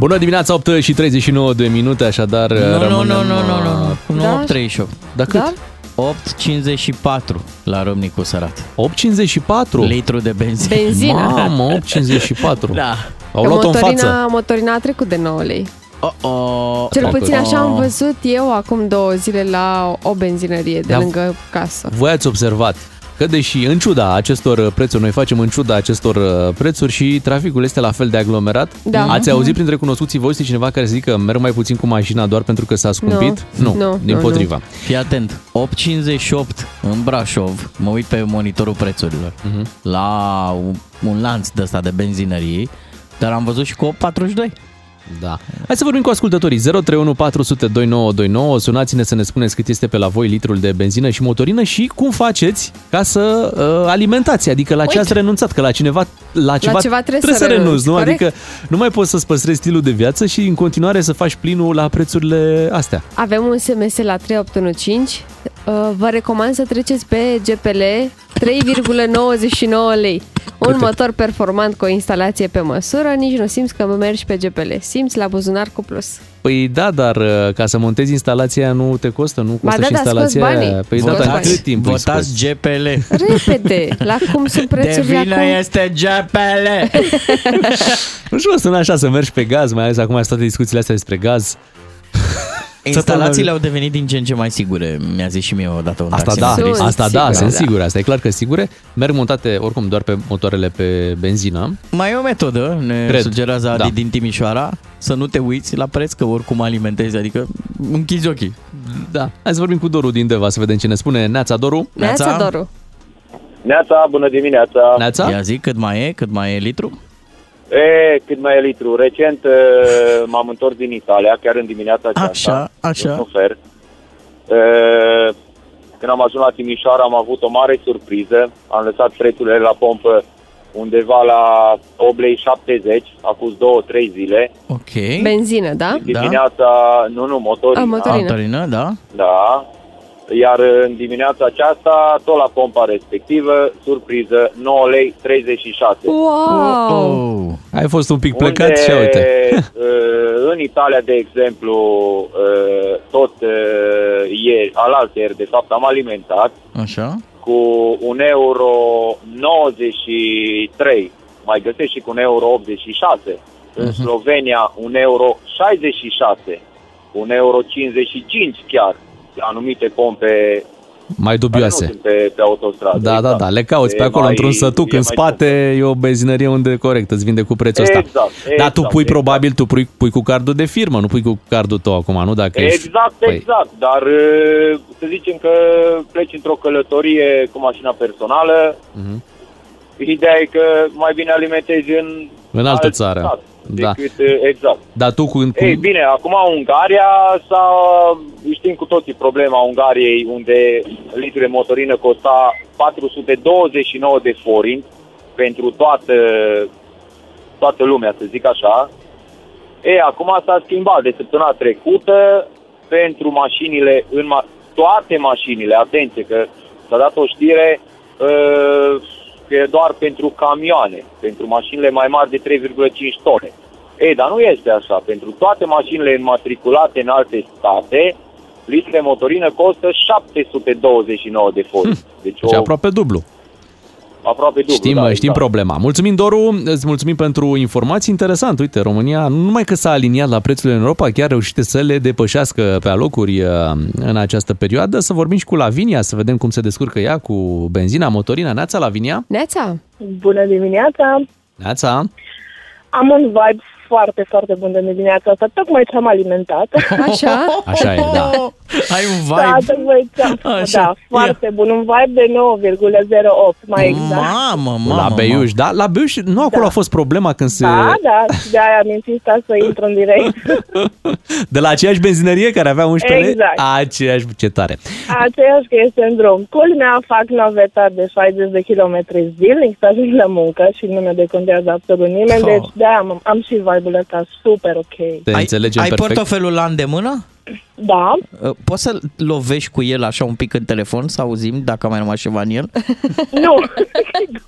Bună dimineața, 8 și 39 de minute, așadar
Nu, nu,
rămânem...
nu, nu, nu, nu. Nu
Da?
8.38.
Da cât?
8.54 la Râmnicu Sărat.
8,54?
Litru de benzină.
Benzină.
Mamă, 8,54.
Da.
Au
Că
luat-o în
motorina,
față.
motorina a trecut de 9 lei.
Oh,
Cel puțin așa am văzut eu acum două zile la o benzinărie de
Da.
lângă casă.
Voi ați observat că deși în ciuda acestor uh, prețuri, noi facem în ciuda acestor uh, prețuri și traficul este la fel de aglomerat.
Da.
Mhm.
Ați auzit printre cunoscuții voștri cineva care zic că merg mai puțin cu mașina doar pentru că s-a scumpit?
Nu.
nu din potriva.
Fii atent, 8.58 în Brașov, mă uit pe monitorul prețurilor,
Mhm.
la un- un lanț de ăsta de benzinării, dar am văzut și cu 8.42.
Da. Hai să vorbim cu ascultătorii. 031 400 2929. Sunați-ne să ne spuneți cât este pe la voi litrul de benzină și motorină și cum faceți ca să uh, alimentați. Adică la
Uite.
ce ați renunțat? Că la cineva la ceva,
ceva trebuie să
să renunți,
renunți,
nu?
corect.
Adică nu mai poți să-ți păstrezi stilul de viață și în continuare să faci plinul la prețurile astea.
Avem un SMS la 3815. Uh, Vă recomand să treceți pe GPL 3,99 lei. Un motor performant cu o instalație pe măsură, nici nu simți că mergi pe GPL. Simți la buzunar cu plus.
Păi da, dar uh, ca să montezi instalația nu te costă, nu costă
da,
și
dar scoți
instalația
banii.
aia. Păi da,
Scoți
dar
banii.
cât timp îi
Votați
scoți?
GPL.
Repede, la cum sunt
De
prețurile
vină
acum.
este GPL.
Nu știu, sună așa să mergi pe gaz, mai ales acum sunt toate discuțiile astea despre gaz.
Instalațiile au devenit din ce în ce mai sigure, mi-a zis și mie odată un
Asta da,
taximetrist.
asta da, sunt
Da.
sigure, asta e clar că sigure. Merg montate oricum doar pe motoarele pe benzină.
Mai e o metodă, ne
Cred.
Cred. sugerează Adi
Da.
da. din Timișoara, să nu te uiți la preț, că oricum alimentezi, adică închizi ochii.
Da. Hai să vorbim cu Doru din Deva să vedem ce ne spune. Neața, Doru.
Neața,
Doru.
Neața, bună dimineața!
Neața?
Ia zic cât mai e, cât mai e litru?
E, cât mai e litru. Recent e, m-am întors din Italia, chiar în
Ah,
dimineața aceasta.
Așa,
Un
așa.
Ofer. E, când am ajuns la Timișoara am avut o mare surpriză. Am lăsat prețurile la pompă undeva la 8,70 lei, acum 2-3 zile.
Ok.
Benzină, da?
Dimineața, nu, nu, motorină.
A, motorină.
Motorină, da.
Da. Iar în dimineața aceasta, tot la pompa respectivă, surpriză, 9 lei 36.
Oh. Ai fost un pic plecat
unde,
și ia uite.
uh, În Italia, de exemplu, uh, tot uh, ieri, alaltăieri, de fapt, am alimentat
Așa.
cu un euro 93, mai găsești și cu un euro 86. În
Mhm.
Mhm.
Slovenia, un euro 66, un euro 55 chiar, anumite pompe
Mai
nu
dubioase.
sunt pe, pe autostradă.
Da, da, da, le cauți pe
E
acolo
mai-
într-un sătuc,
e
în
mai
spate e o benzinărie unde corect îți vinde cu prețul ăsta.
Exact,
Dar tu
exact,
pui probabil, tu pui, pui cu cardul de firmă, nu pui cu cardul tău acum, nu? Dacă ești... Păi,
Exact, exact, dar uh, să zicem că pleci într-o călătorie cu mașina personală,
Mhm.
ideea e că mai bine alimentezi în
În altă țară.
stat
Da.
Exact, decât, uh, exact.
Dar tu cu... cu...
Ei bine, acum Ungaria, s-a, știm cu toții problema Ungariei, unde litru de motorină costa 429 de forint pentru toată, toată lumea, să zic așa. Ei, acum s-a schimbat de săptămâna trecută pentru mașinile, în ma- toate mașinile, atenție că s-a dat o știre uh, că e doar pentru camioane, pentru mașinile mai mari de 3,5 tone. Ei, dar nu este așa. Pentru toate mașinile înmatriculate în alte state, litru de motorină costă 729 de forint. Deci
Deci
o,
aproape dublu.
aproape dublu.
Știm,
da,
știm
exact.
problema. Mulțumim, Doru, îți mulțumim pentru informații. Interesant, uite, România nu numai că s-a aliniat la prețurile în Europa, chiar reușește să le depășească pe alocuri uh, în această perioadă. Să vorbim și cu Lavinia, să vedem cum se descurcă ea cu benzina, motorina. Neața, Lavinia?
Neața?
Bună dimineața!
Neața?
Am un vibe foarte, foarte bun de dimineața asta. Tocmai ce am alimentat.
Așa?
Așa e, da.
Ai un
Da,
vibe.
tocmai ce am.
Așa.
Da, foarte bun. Un vibe de 9,08, mai exact.
Mamă, mamă.
la Beiuș, da? La Beiuș nu acolo a fost problema când se...
Da, da, de-aia am insistat să intru în direct.
De la aceeași benzinărie care avea 11
Exact.
lei? Aceeași, ce tare.
Aceeași că este în drum. Culmea, fac naveta de 60 de kilometri zilnic să ajung la muncă și nu ne decontează absolut nimeni,
Oh.
deci de am, am și vibe-ul ăsta super ok.
Te ai, înțelegem
Ai
perfect.
portofelul la îndemână?
Da,
Uh, Poți să lovești cu el așa un pic în telefon, să auzim dacă a mai rămas ceva în el?
nu,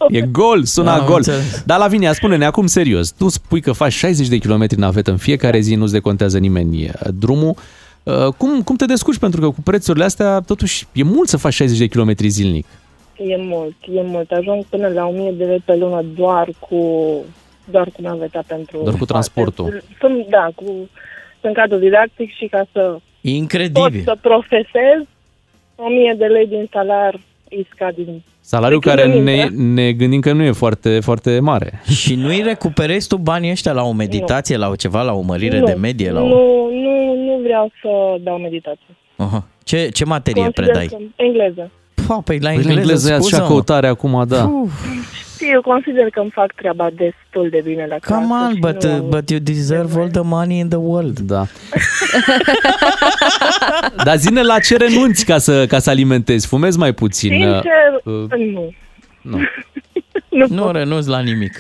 E gol, sună
Am
gol.
înțeles.
Dar Lavinia, spune-ne acum serios. Tu spui că faci 60 de kilometri navetă în fiecare zi, nu-ți decontează nimeni uh, drumul. Uh, Cum, cum te descurci? Pentru că cu prețurile astea, totuși, e mult să faci 60 de kilometri zilnic.
E mult, e mult. Ajung până la 1000 de lei pe lună doar cu doar cu naveta pentru...
Doar cu transportul.
Sunt, da, cu, sunt cadru didactic și ca să pot
Incredibil.
să profesez, 1000 de lei din salar isca din...
Salariul
Pe
care ne,
kilometru.
ne gândim că nu e foarte, foarte mare.
Și nu-i recuperezi tu banii ăștia la o meditație, la o ceva, la o mărire
Nu,
de medie? La o...
nu, nu, nu vreau să dau meditație.
Aha. Ce, ce materie
Consider
predai?
că- Engleză.
fa, păi la
Păi la
engleză,
engleză ia
scuză,
și-a
mă.
căutare acum, da.
Uf,
Știi, eu consider că îmi fac treaba destul de bine la casă.
Come on, but, uh, but you deserve all the money in the world.
Da. Dar zine la ce renunți ca să, ca să alimentezi. Fumezi mai puțin.
Sincer,
uh,
nu.
Nu, nu renunți la nimic.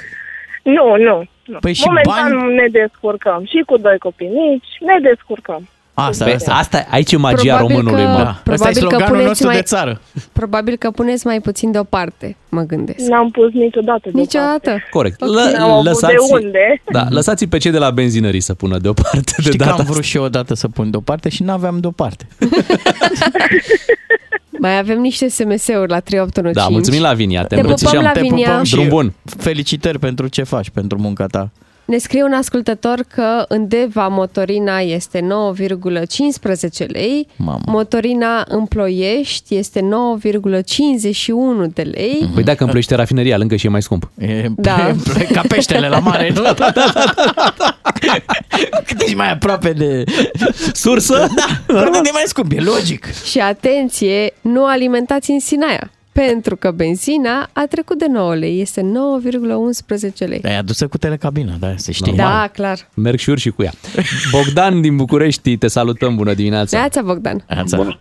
Nu, nu. nu.
Păi și
Momentan
bani?
ne descurcăm. Și cu doi copii mici ne descurcăm.
Asta,
Pe-
asta. asta, aici e magia
Probabil
românului,
că-
mă.
Da. probabil că puneți mai-
țară.
Probabil că puneți mai puțin deoparte, mă gândesc.
N-am pus niciodată
Niciodată?
Corect.
Ok.
Lă-
N-am avut de
unde.
Da, lăsați pe cei de la benzinării să pună deoparte de
Știi că
data
am vrut și eu odată să pun deoparte și n-aveam deoparte.
Mai avem niște SMS-uri la 3815.
Da, mulțumim la Vinia,
Te, pupăm, la Vinia.
Drum bun. Felicitări pentru ce faci, pentru munca ta.
Ne scrie un ascultător că în Deva motorina este 9,15 lei,
Mamă.
motorina în Ploiești este 9,51 de lei.
Păi dacă împlește rafineria lângă și e mai scump.
E,
Da.
Ca peștele la mare. Da, da, da, Cât ești mai aproape de...
Sursă?
Da, rămâne mai scump, e logic.
Și atenție, nu alimentați în Sinaia, pentru că benzina a trecut de 9 lei, este 9,11 lei.
Ai adusă cu telecabina, da, se știe.
Da, clar.
Merg și urși cu ea. Bogdan din București, te salutăm, bună dimineața.
Neața, Bogdan.
Bună.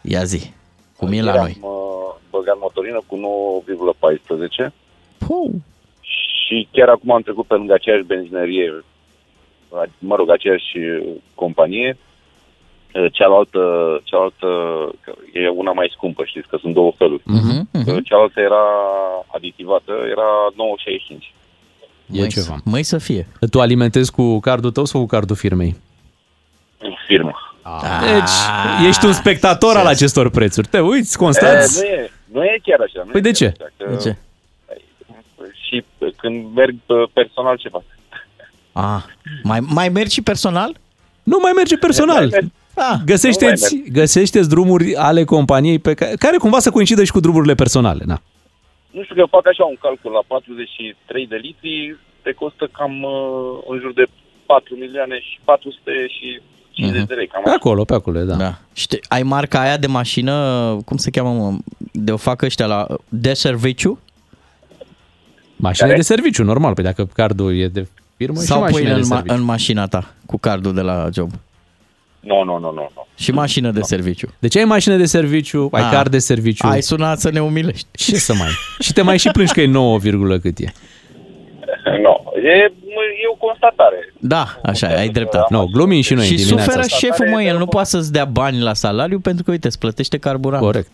Ia zi, cum e la
Ieri
noi?
Am uh, băgat motorină cu 9,14 și chiar acum am trecut pe lângă aceeași benzinărie, mă rog, aceeași uh, companie. Uh, Cealaltă, cealaltă că e una mai scumpă, știți că sunt două feluri.
Mhm,
Uh, Cealaltă era aditivată, era 9,65.
E măi, ceva.
Măi să fie.
Tu alimentezi cu cardul tău sau cu cardul firmei?
Firmă.
Ah.
Deci, ești un spectator al acestor prețuri. Te uiți,
E,
constați?
Eh, Nu e, nu e chiar așa. Nu
Păi
e
de
chiar
ce?
așa, că- Și când merg uh, personal ce fac?
Ah, mai, mai mergi și personal?
Nu mai merge personal.
Ah,
Găsește-ți, găsește-ți drumuri ale companiei pe care, care cumva să coincidă și cu drumurile personale. Na.
Nu știu că fac așa un calcul la 43 de litri, te costă cam uh, în jur de 4 milioane și 400 și
Mhm.
50 de lei. Cam
Pe acolo, pe acolo, da.
da. Și te, ai marca aia de mașină, cum se cheamă, mă? De o fac ăștia la... De serviciu?
Mașina
Care?
de serviciu, normal. Păi dacă cardul e de firmă,
Sau
și
pui
mașina de
în, ma-
serviciu.
în mașina ta cu cardul de la job?
Nu, nu, nu, nu. nu.
Și mașină de serviciu.
Deci ai mașină de serviciu, ai
Ah.
card de serviciu.
Ai sunat să ne umilești.
Ce să mai... Și te mai și plângi că e 9, virgulă cât e.
Nu, e, mă, e o constatare.
Da, așa, ai dreptate.
No, glumim și noi
și
în dimineața
suferă
asta.
șeful, mă, el nu poate să-ți dea bani la salariu pentru că, uite, îți plătește carburant.
Corect.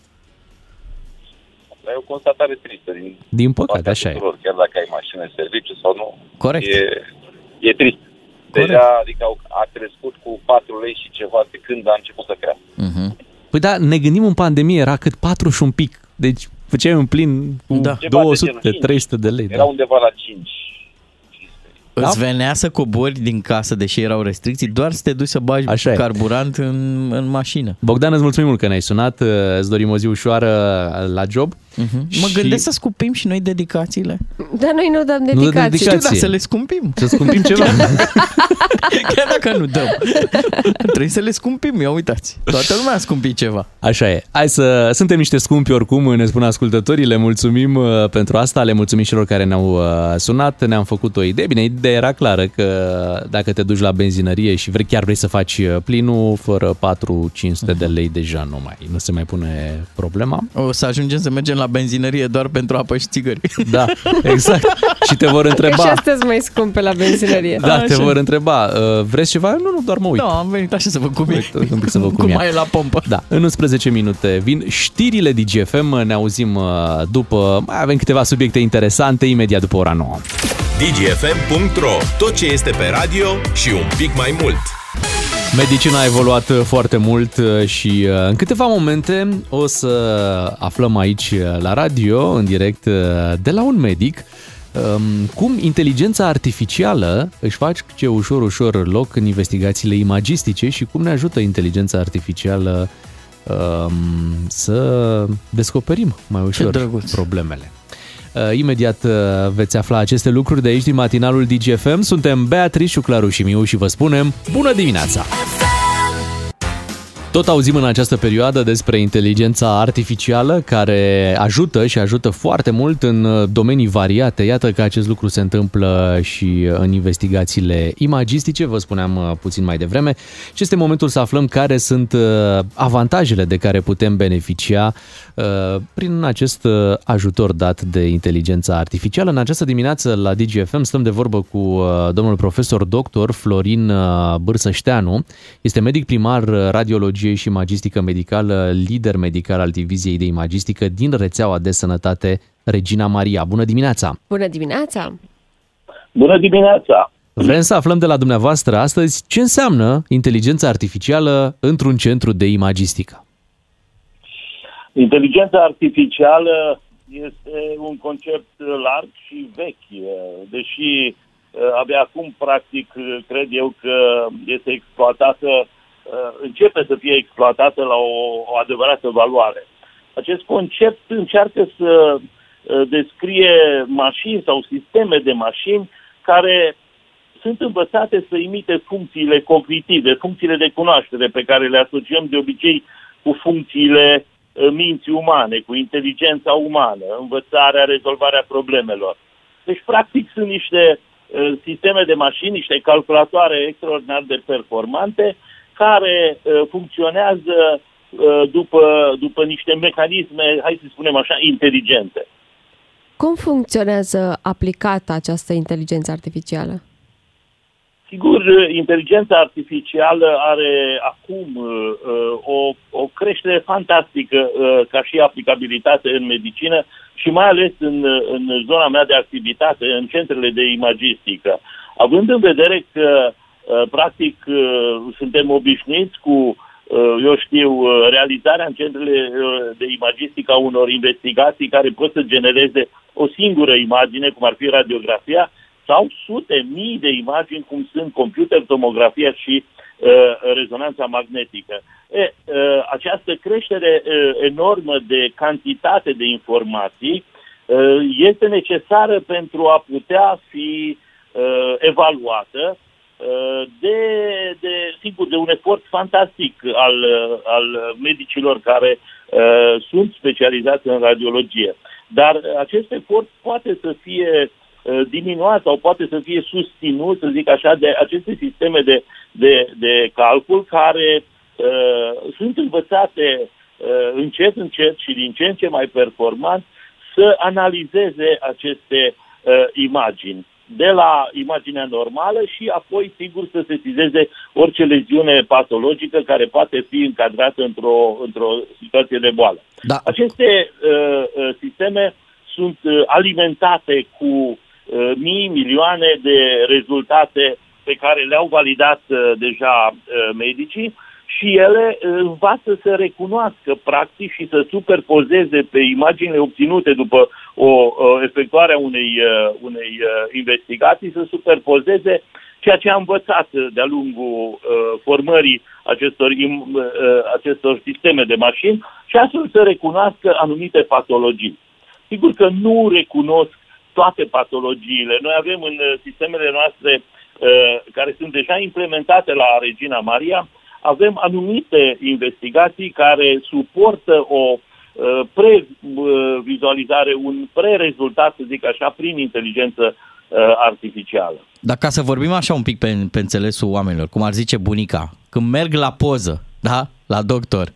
Dar e o constatare tristă. Din
Din păcate, așa e.
tuturor, chiar dacă ai mașină de serviciu sau nu.
Corect.
E, e trist. Deja, adică au, a crescut cu 4 lei și ceva de când a început să crească.
Păi da, ne gândim în pandemie, era cât 4 și un pic. Deci făceai un plin cu
Da.
da.
Ceva de genul,
200,
cinci.
300 de lei.
Era
Da.
undeva la 5.
Îți venea să cobori din casă, deși erau restricții, doar să te duci să bagi
Așa e.
carburant în, în mașină.
Bogdan, îți mulțumim mult că ne-ai sunat. Îți dorim o zi ușoară la job.
Mhm. Mă
Și-
gândesc să scumpim și noi dedicațiile.
Dar noi nu dăm
dăm
dedicații.
dedicații.
Da, să le scumpim.
Să scumpim ceva.
Chiar dacă nu dăm. Trebuie să le scumpim, ia uitați. Toată lumea a scumpit ceva.
Așa e. Hai să... Suntem niște scumpi oricum, ne spun ascultătorii. Le mulțumim uh, pentru asta, le mulțumim celor care ne-au uh, sunat, ne-am făcut o idee. Bine, ideea era clară că dacă te duci la benzinărie și vrei, chiar vrei să faci uh, plinul, fără 4-500 de lei deja nu mai, nu se mai pune problema.
O să ajungem să mergem la benzinărie doar pentru apă și țigări.
Da, exact. și te vor
Că Adică și
întreba...
astăzi mai scumpe la benzinărie.
Da, te vor întreba, "Uh, vreți ceva? Nu, nu, doar mă uit.
Nu, am venit așa să vă cum e.
Un pic să vă cum,
Da. Cum
e.
mai e la pompă.
Da, în 11 minute vin știrile DGFM, ne auzim uh, după, mai avem câteva subiecte interesante imediat după ora 9.
DGFM.ro Tot ce este pe radio și un pic mai mult.
Medicina a evoluat uh, foarte mult uh, și uh, în câteva momente o să aflăm aici uh, la radio, în direct, uh, de la un medic, um, cum inteligența artificială își face ușor, ușor loc în investigațiile imagistice și cum ne ajută inteligența artificială um, să descoperim mai ușor problemele. Uh, Imediat uh, veți afla aceste lucruri de aici din matinalul DGFM. Suntem Beatrice, Claru și Miu și vă spunem bună dimineața! Tot auzim în această perioadă despre inteligența artificială care ajută și ajută foarte mult în uh, domenii variate. Iată că acest lucru se întâmplă și uh, în investigațiile imagistice, vă spuneam uh, puțin mai devreme. Și este momentul să aflăm care sunt uh, avantajele de care putem beneficia uh, prin acest uh, ajutor dat de inteligența artificială. În această dimineață la DGFM stăm de vorbă cu uh, domnul profesor doctor Florin uh, Bârsășteanu. Este medic primar uh, radiologie și imagistică medicală, lider medical al diviziei de imagistică din rețeaua de sănătate Regina Maria. Bună dimineața!
Bună dimineața!
Bună dimineața!
Vrem să aflăm de la dumneavoastră astăzi ce înseamnă inteligența artificială într-un centru de imagistică.
Inteligența artificială este un concept larg și vechi, deși abia acum, practic, cred eu că este exploatată, începe să fie exploatată la o, o adevărată valoare. Acest concept încearcă să descrie mașini sau sisteme de mașini care sunt învățate să imite funcțiile cognitive, funcțiile de cunoaștere pe care le asociem de obicei cu funcțiile uh, minții umane, cu inteligența umană, învățarea, rezolvarea problemelor. Deci, practic, sunt niște uh, sisteme de mașini, niște calculatoare extraordinar de performante, care uh, funcționează uh, după, după niște mecanisme, hai să spunem așa, inteligente.
Cum funcționează aplicată această inteligență artificială?
Sigur, inteligența artificială are acum uh, o, o creștere fantastică uh, ca și aplicabilitate în medicină și mai ales în, în zona mea de activitate, în centrele de imagistică. Având în vedere că, uh, practic, suntem obișnuiți cu, ă, eu știu, ă, realizarea în centrele ă, de imagistică a unor investigații care pot să genereze o singură imagine, cum ar fi radiografia, sau sute, mii de imagini, cum sunt computer, tomografia și uh, rezonanța magnetică. E, uh, această creștere uh, enormă de cantitate de informații uh, este necesară pentru a putea fi uh, evaluată uh, de, de, sigur, de un efort fantastic al, uh, al medicilor care uh, sunt specializați în radiologie. Dar acest efort poate să fie uh, diminuat sau poate să fie susținut, să zic așa, de aceste sisteme de, de, de calcul care uh, sunt învățate uh, încet, încet și din ce în ce mai performant să analizeze aceste uh, imagini de la imaginea normală și apoi, sigur, să sesizeze orice leziune patologică care poate fi încadrată într-o, într situație de boală. Da. Aceste uh, sisteme sunt uh, alimentate cu uh, mii, milioane de rezultate pe care le-au validat uh, deja medicii și ele uh, învață să recunoască practic și să superpozeze pe imaginile obținute după o efectuare a unei, uh, unei investigații, să superpozeze ceea ce a învățat de-a lungul uh, formării acestor, uh, acestor sisteme de mașini și astfel să recunoască anumite patologii. Sigur că nu recunosc toate patologiile. Noi avem în uh, sistemele noastre uh, care sunt deja implementate la Regina Maria, avem anumite investigații care suportă o uh, previzualizare, un prerezultat, să zic așa, prin inteligență uh, artificială.
Dar ca să vorbim așa un pic pe, pe înțelesul oamenilor, cum ar zice bunica, când merg la poză, da, la doctor,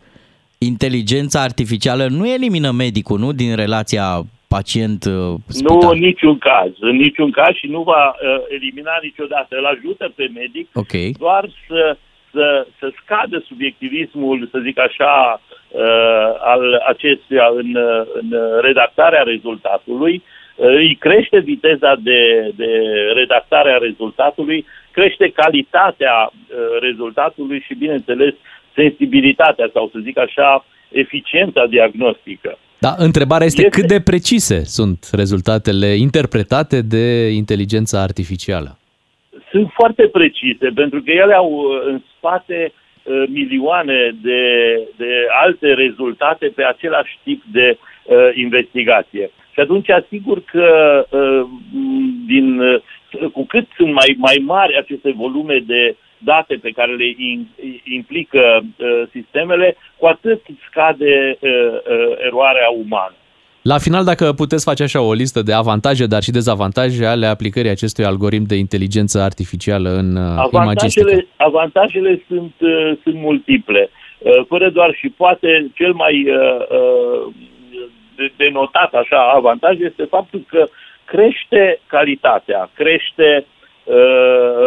inteligența artificială nu elimină medicul, nu, din relația pacient uh,
spital. Nu, în niciun caz. În niciun caz și nu va uh, elimina niciodată. Îl ajută pe medic
okay.
doar să, să, să scadă subiectivismul, să zic așa, uh, al acestuia în, uh, în redactarea rezultatului. Uh, îi crește viteza de, de redactare a rezultatului, crește calitatea uh, rezultatului și, bineînțeles, sensibilitatea sau, să zic așa, eficiența diagnostică.
Da, întrebarea este, este cât de precise sunt rezultatele interpretate de inteligența artificială?
Sunt foarte precise, pentru că ele au în spate uh, milioane de, de alte rezultate pe același tip de uh, investigație. Și atunci, asigur că uh, din, cu cât sunt mai, mai mari aceste volume de date pe care le in, implică uh, sistemele, cu atât scade uh, uh, eroarea umană.
La final, dacă puteți face așa o listă de avantaje, dar și dezavantaje ale aplicării acestui algoritm de inteligență artificială în, uh, în magistică.
Avantajele, avantajele sunt, uh, sunt multiple. Uh, Fără doar și poate cel mai uh, uh, de- denotat așa avantaj este faptul că crește calitatea, crește uh,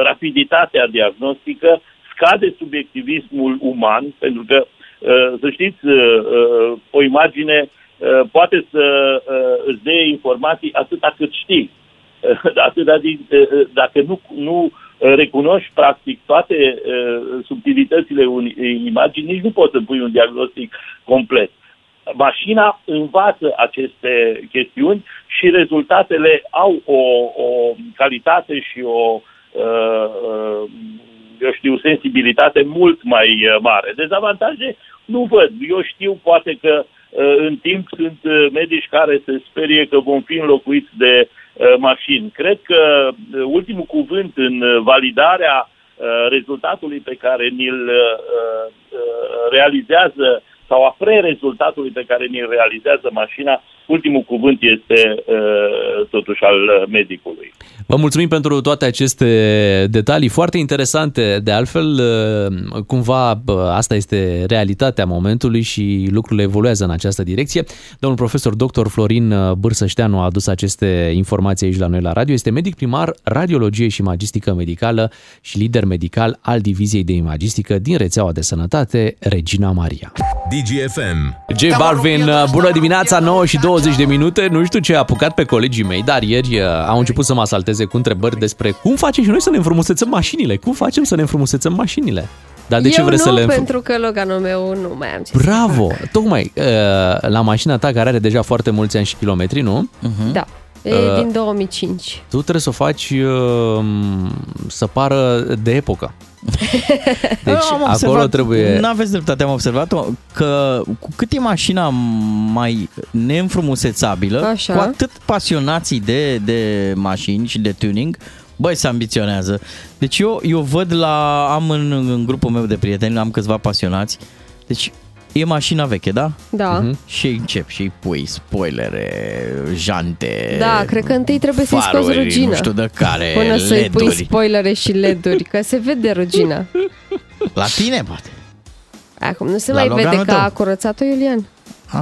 rapiditatea diagnostică, scade subiectivismul uman, pentru că, uh, să știți, uh, uh, o imagine uh, poate să uh, îți dea informații atâta cât știi. Atâta din, uh, dacă nu, nu recunoști practic toate uh, subtilitățile unei imagini, nici nu poți să pui un diagnostic complet mașina învață aceste chestiuni și rezultatele au o, o calitate și o, uh, uh, eu știu, sensibilitate mult mai uh, mare. Dezavantaje nu văd. Eu știu poate că uh, în timp sunt uh, medici care se sperie că vom fi înlocuiți de uh, mașini. Cred că uh, ultimul cuvânt în uh, validarea uh, rezultatului pe care ni-l uh, uh, realizează sau a pre-rezultatului pe care ni-l realizează mașina, ultimul cuvânt este uh, totuși al uh, medicului.
Vă mulțumim pentru toate aceste detalii foarte interesante. De altfel, uh, cumva bă, asta este realitatea momentului și lucrurile evoluează în această direcție. Domnul profesor dr. Florin Bârsășteanu a adus aceste informații aici la noi la radio. Este medic primar, radiologie și magistică medicală și lider medical al Diviziei de Imagistică din rețeaua de sănătate Regina Maria.
DGFM.
J Balvin, bună dimineața, 9 și 20 de minute. Nu știu ce a apucat pe colegii mei, dar ieri uh, au început să mă asalteze cu întrebări despre cum facem și noi să ne înfrumusețăm mașinile. Cum facem să ne înfrumusețăm mașinile? Dar de
Eu
ce vreți
nu,
să le înfrum-
pentru că Loganul meu nu mai am ce
Bravo! Tocmai uh, la mașina ta care are deja foarte mulți ani și kilometri, nu?
să... Da, e
Uh,
din 2005.
Tu trebuie să o faci uh, să pară de epocă. Deci acolo trebuie-
Nu aveți dreptate, am observat că cu cât e mașina mai neînfrumusețabilă,
Așa.
cu atât pasionații de, de mașini și de tuning, băi, se ambiționează. Deci eu, eu văd la... am în, în grupul meu de prieteni, am câțiva pasionați, deci e mașina veche, da?
Da. Mhm.
Și încep și îi pui spoilere, jante,
Da, cred că întâi trebuie să-i scoți
faruri,
rugină.
nu știu de care,
Până să-i pui
LED-uri.
spoilere și leduri, că se vede rugina.
La tine, poate.
Acum nu se
La
mai
Loganul
vede că
tău. Păi,
a curățat-o Iulian.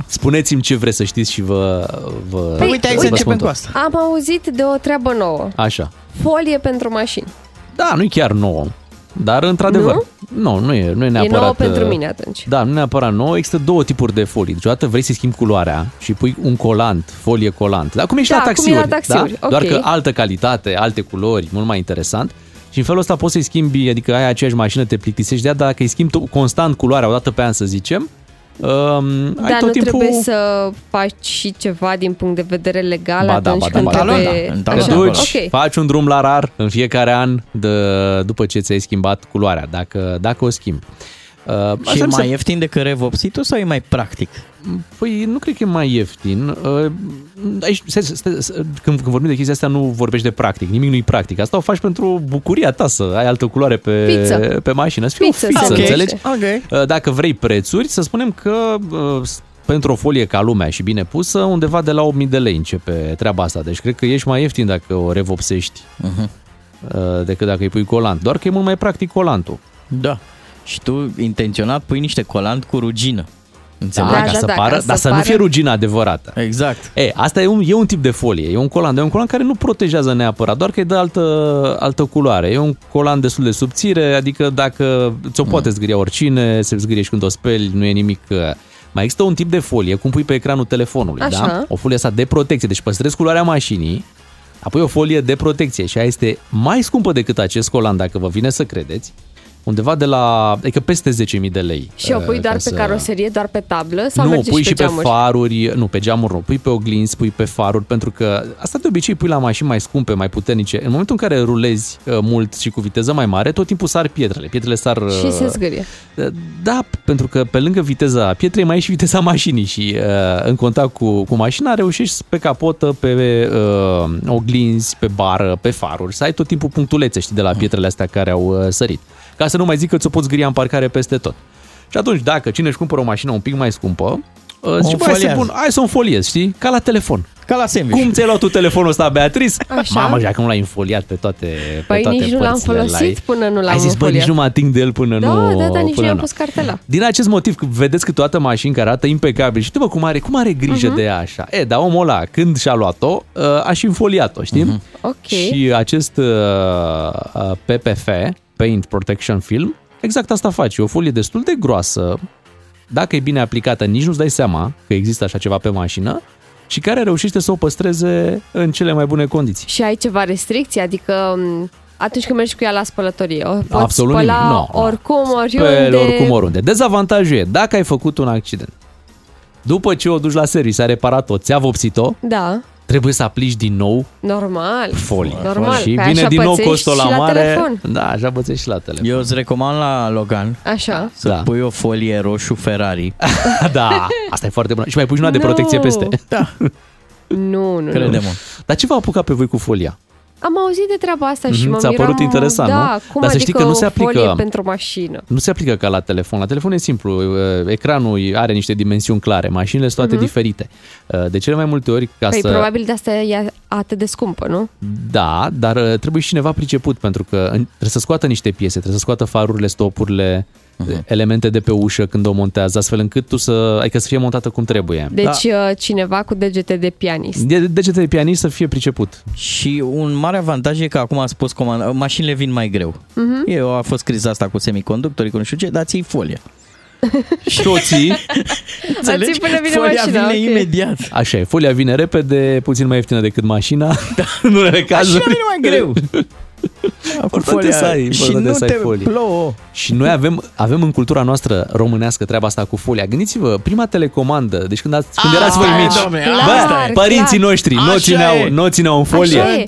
Spuneți-mi ce vreți să știți și vă... vă
Păi,
Păi,
vă spun tot.
Am auzit de o treabă nouă.
Așa.
Folie pentru mașini.
Da, nu-i chiar nouă, dar într-adevăr. Nu? Nu, nu e, nu e neapărat...
nouă pentru
uh,
mine atunci.
Da, nu neapărat nouă, există două tipuri de folii. Deci odată vrei să schimbi culoarea și pui un colant, folie colant. Dar cum e și
Da,
la
cum e
taxiuri.
la taxiuri,
Da?
ok.
Doar că altă calitate, alte culori, mult mai interesant. Și în felul ăsta poți să-i schimbi, adică ai aceeași mașină, te plictisești de ea, dar dacă îi schimbi tu constant culoarea odată pe an, să zicem, um, ai
Dar Da,
tot
nu
timpul...
trebuie să faci și ceva din punct de vedere legal
Ba da,
deci
atunci
ba da,
când
ba da,
trebuie...
da. În talon,
Așa,
Te duci,
ok.
faci un drum la rar în fiecare an de, după ce ți-ai schimbat culoarea, dacă, dacă o schimbi. Uh,
Și e
aștept
mai
să-
ieftin decât revopsitul sau e mai practic?
Păi nu cred că e mai ieftin. Uh, Aici, stai, stai, stai, când, când vorbim de chestia asta nu vorbești de practic, nimic nu-i practic. Asta o faci pentru bucuria ta, să ai altă culoare pe,
Fiță.
pe mașină. Să fie
Fiță,
o fiță,
să zice.
înțelegi?
Ok.
Uh, Dacă vrei prețuri, să spunem că uh, s- pentru o folie ca lumea și bine pusă, undeva de la 8000 de lei începe treaba asta. Deci cred că ești mai ieftin dacă o revopsești
uh
uh, decât dacă îi pui colant. Doar că e mult mai practic colantul.
Da. Și tu intenționat pui niște colant cu rugină. Înțeleg?
Da, ca să pară, dar să nu fie rugină adevărată.
Exact.
E, asta e un, e un tip de folie, e un colan, dar e un colan care nu protejează neapărat, doar că îi dă altă, altă culoare. E un colan destul de subțire, adică dacă ți-o
Mm.
poate zgâria oricine, se zgârie și când o speli, nu e nimic... uh, Mai există un tip de folie, cum pui pe ecranul telefonului,
Așa.
da? O folie asta de protecție, deci păstrezi culoarea mașinii, apoi o folie de protecție și aia este mai scumpă decât acest colan, dacă vă vine să credeți, undeva de la, adică peste 10.000 de lei.
Și o pui
uh,
doar
ca
pe caroserie, doar pe tablă sau
nu,
merge
pui și pe,
geamuri?
faruri, nu, pe geamuri nu, pui pe oglinzi, pui pe faruri, pentru că asta de obicei pui la mașini mai scumpe, mai puternice. În momentul în care rulezi uh, mult și cu viteză mai mare, tot timpul sar pietrele. Pietrele sar... uh,
Și se zgârie.
uh, Da, pentru că pe lângă viteza pietrei mai e și viteza mașinii și uh, în contact cu, cu mașina reușești pe capotă, pe uh, oglinzi, pe bară, pe faruri, să ai tot timpul punctulețe, știi, de la pietrele astea care au uh, sărit. Ca să nu mai zic că ți-o poți gria în parcare peste tot. Și atunci, dacă cine își cumpără o mașină un pic mai scumpă, uh, zice, bă, hai să
înfoliază."
pun, hai să o înfoliez, știi? Ca la telefon.
Ca la sandwich.
Cum ți-ai luat tu telefonul ăsta, Beatriz?
Așa.
Mamă, și acum l-ai infoliat pe toate pe
Păi
toate
nici nu l-am
părțile,
folosit
l-ai-
până nu l-am
Ai zis, bă, nici
înfoliat."
nu mă ating de el până
Da,
nu...
da, da, nici nu
până
i-am pus cartela.
Din acest motiv, că vedeți câteodată mașini care arată impecabil și uite, bă, cum are, cum are grijă
Mhm.
de ea așa. E, dar omul ăla, când și-a luat-o, uh, a și infoliat-o, știi?
Ok.
Și acest uh, uh, PPF, Paint Protection Film, exact asta face. E o folie destul de groasă, dacă e bine aplicată, nici nu-ți dai seama că există așa ceva pe mașină și care reușește să o păstreze în cele mai bune condiții.
Și ai ceva restricții? Adică m, atunci când mergi cu ea la spălătorie, o poți
Absolut
spăla
nimic, nu, nu.
oricum, oriunde.
Pe oricum, oriunde. Dezavantajul e, dacă ai făcut un accident, după ce o duci la serviciu, ai reparat-o, ți-a vopsit-o,
Da,
trebuie să aplici din nou
normal.
folie.
Normal,
și
că
vine
așa
din nou
pățești
costul
și
la
la
mare.
telefon.
Da, așa pățești și la telefon.
Eu îți recomand la Logan
Așa.
să da. pui o folie roșu Ferrari.
da, asta e foarte bună. Și mai pui și
una de protecție Nu. peste.
Da.
Nu, nu, nu.
Crede-mă. Dar ce v-a apucat pe voi cu folia?
Am auzit de treaba asta și
Mhm,
mă
ți-a
miram,
părut interesant,
da,
nu?
Cum
Dar să
adică
știi că nu se
o
aplică-
folie pentru mașină.
Nu se aplică ca la telefon. La telefon e simplu. e, Ecranul are niște dimensiuni clare. Mașinile sunt toate
Mhm.
diferite. E, De cele mai multe ori ca
Păi
să...
probabil de asta e atât de scumpă, nu?
Da, dar uh, trebuie și cineva priceput, pentru că în- trebuie să scoată niște piese, trebuie să scoată farurile, stopurile, uh, elemente de pe ușă când o montează, astfel încât tu să, adică să fie montată cum trebuie.
Deci uh, cineva cu degete de pianist.
De, degete de pianist să fie priceput.
Și un mare avantaj e că acum ați pus comanda, mașinile vin mai greu.
Mhm.
Eu a fost criza asta cu semiconductorii, cu nu știu ce, dar ții folia.
și o ții.
Înțelegi?
până vine
folia
mașina,
vine
ok.
imediat.
Așa e, folia vine repede, puțin mai ieftină decât mașina. Da, în unele cazuri.
vine mai greu.
Important e
folia-
să ai,
și
important e
nu
să ai
te
folie.
plouă.
Și noi avem, avem în cultura noastră românească treaba asta cu folia. Gândiți-vă, prima telecomandă, deci când, ați, când
Asta
erați voi
e,
mici,
domne,
bă,
asta e.
părinții
clar.
noștri nu
Așa
o țineau,
e.
nu o țineau în folie.
Așa e.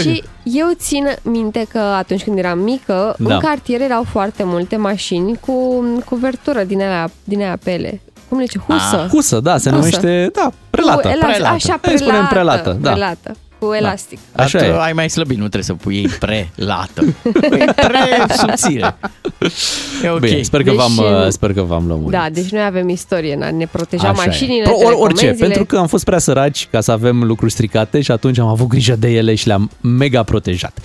Și eu țin minte că atunci când eram mică, da.
Da.
în cartier erau foarte multe mașini cu cuvertură din aia, din aia pele. Cum le zice? Husă.
Ah, husă, da, se numește, da, prelată.
Cu elas- Așa,
Prelată. Hai să
prelată.
spunem prelată, da.
prelată cu elastic.
Așa
Dar tu
e.
Ai mai slăbit, nu trebuie să pui ei prelată.
Păi,
Pre
subțire. E ok.
Bine, sper că
Deci,
v-am,
uh,
sper că v-am lămurit.
Da, deci noi avem istorie, na, ne proteja
Așa e.
mașinile,
Pro- Or, orice,
telecomenzile.
pentru că am fost prea săraci ca să avem lucruri stricate și atunci am avut grijă de ele și le-am mega protejat.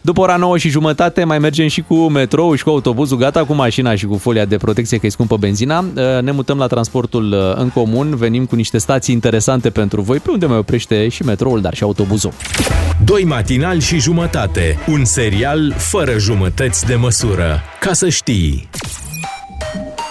După ora 9 și jumătate mai mergem și cu metrou și cu autobuzul, gata cu mașina și cu folia de protecție că e scumpă benzina. Uh, Ne mutăm la transportul uh, în comun, venim cu niște stații interesante pentru voi, pe unde mai oprește și metroul, dar și autobuzul.
Doi matinal și jumătate. Un serial fără jumătăți de măsură. Ca să știi.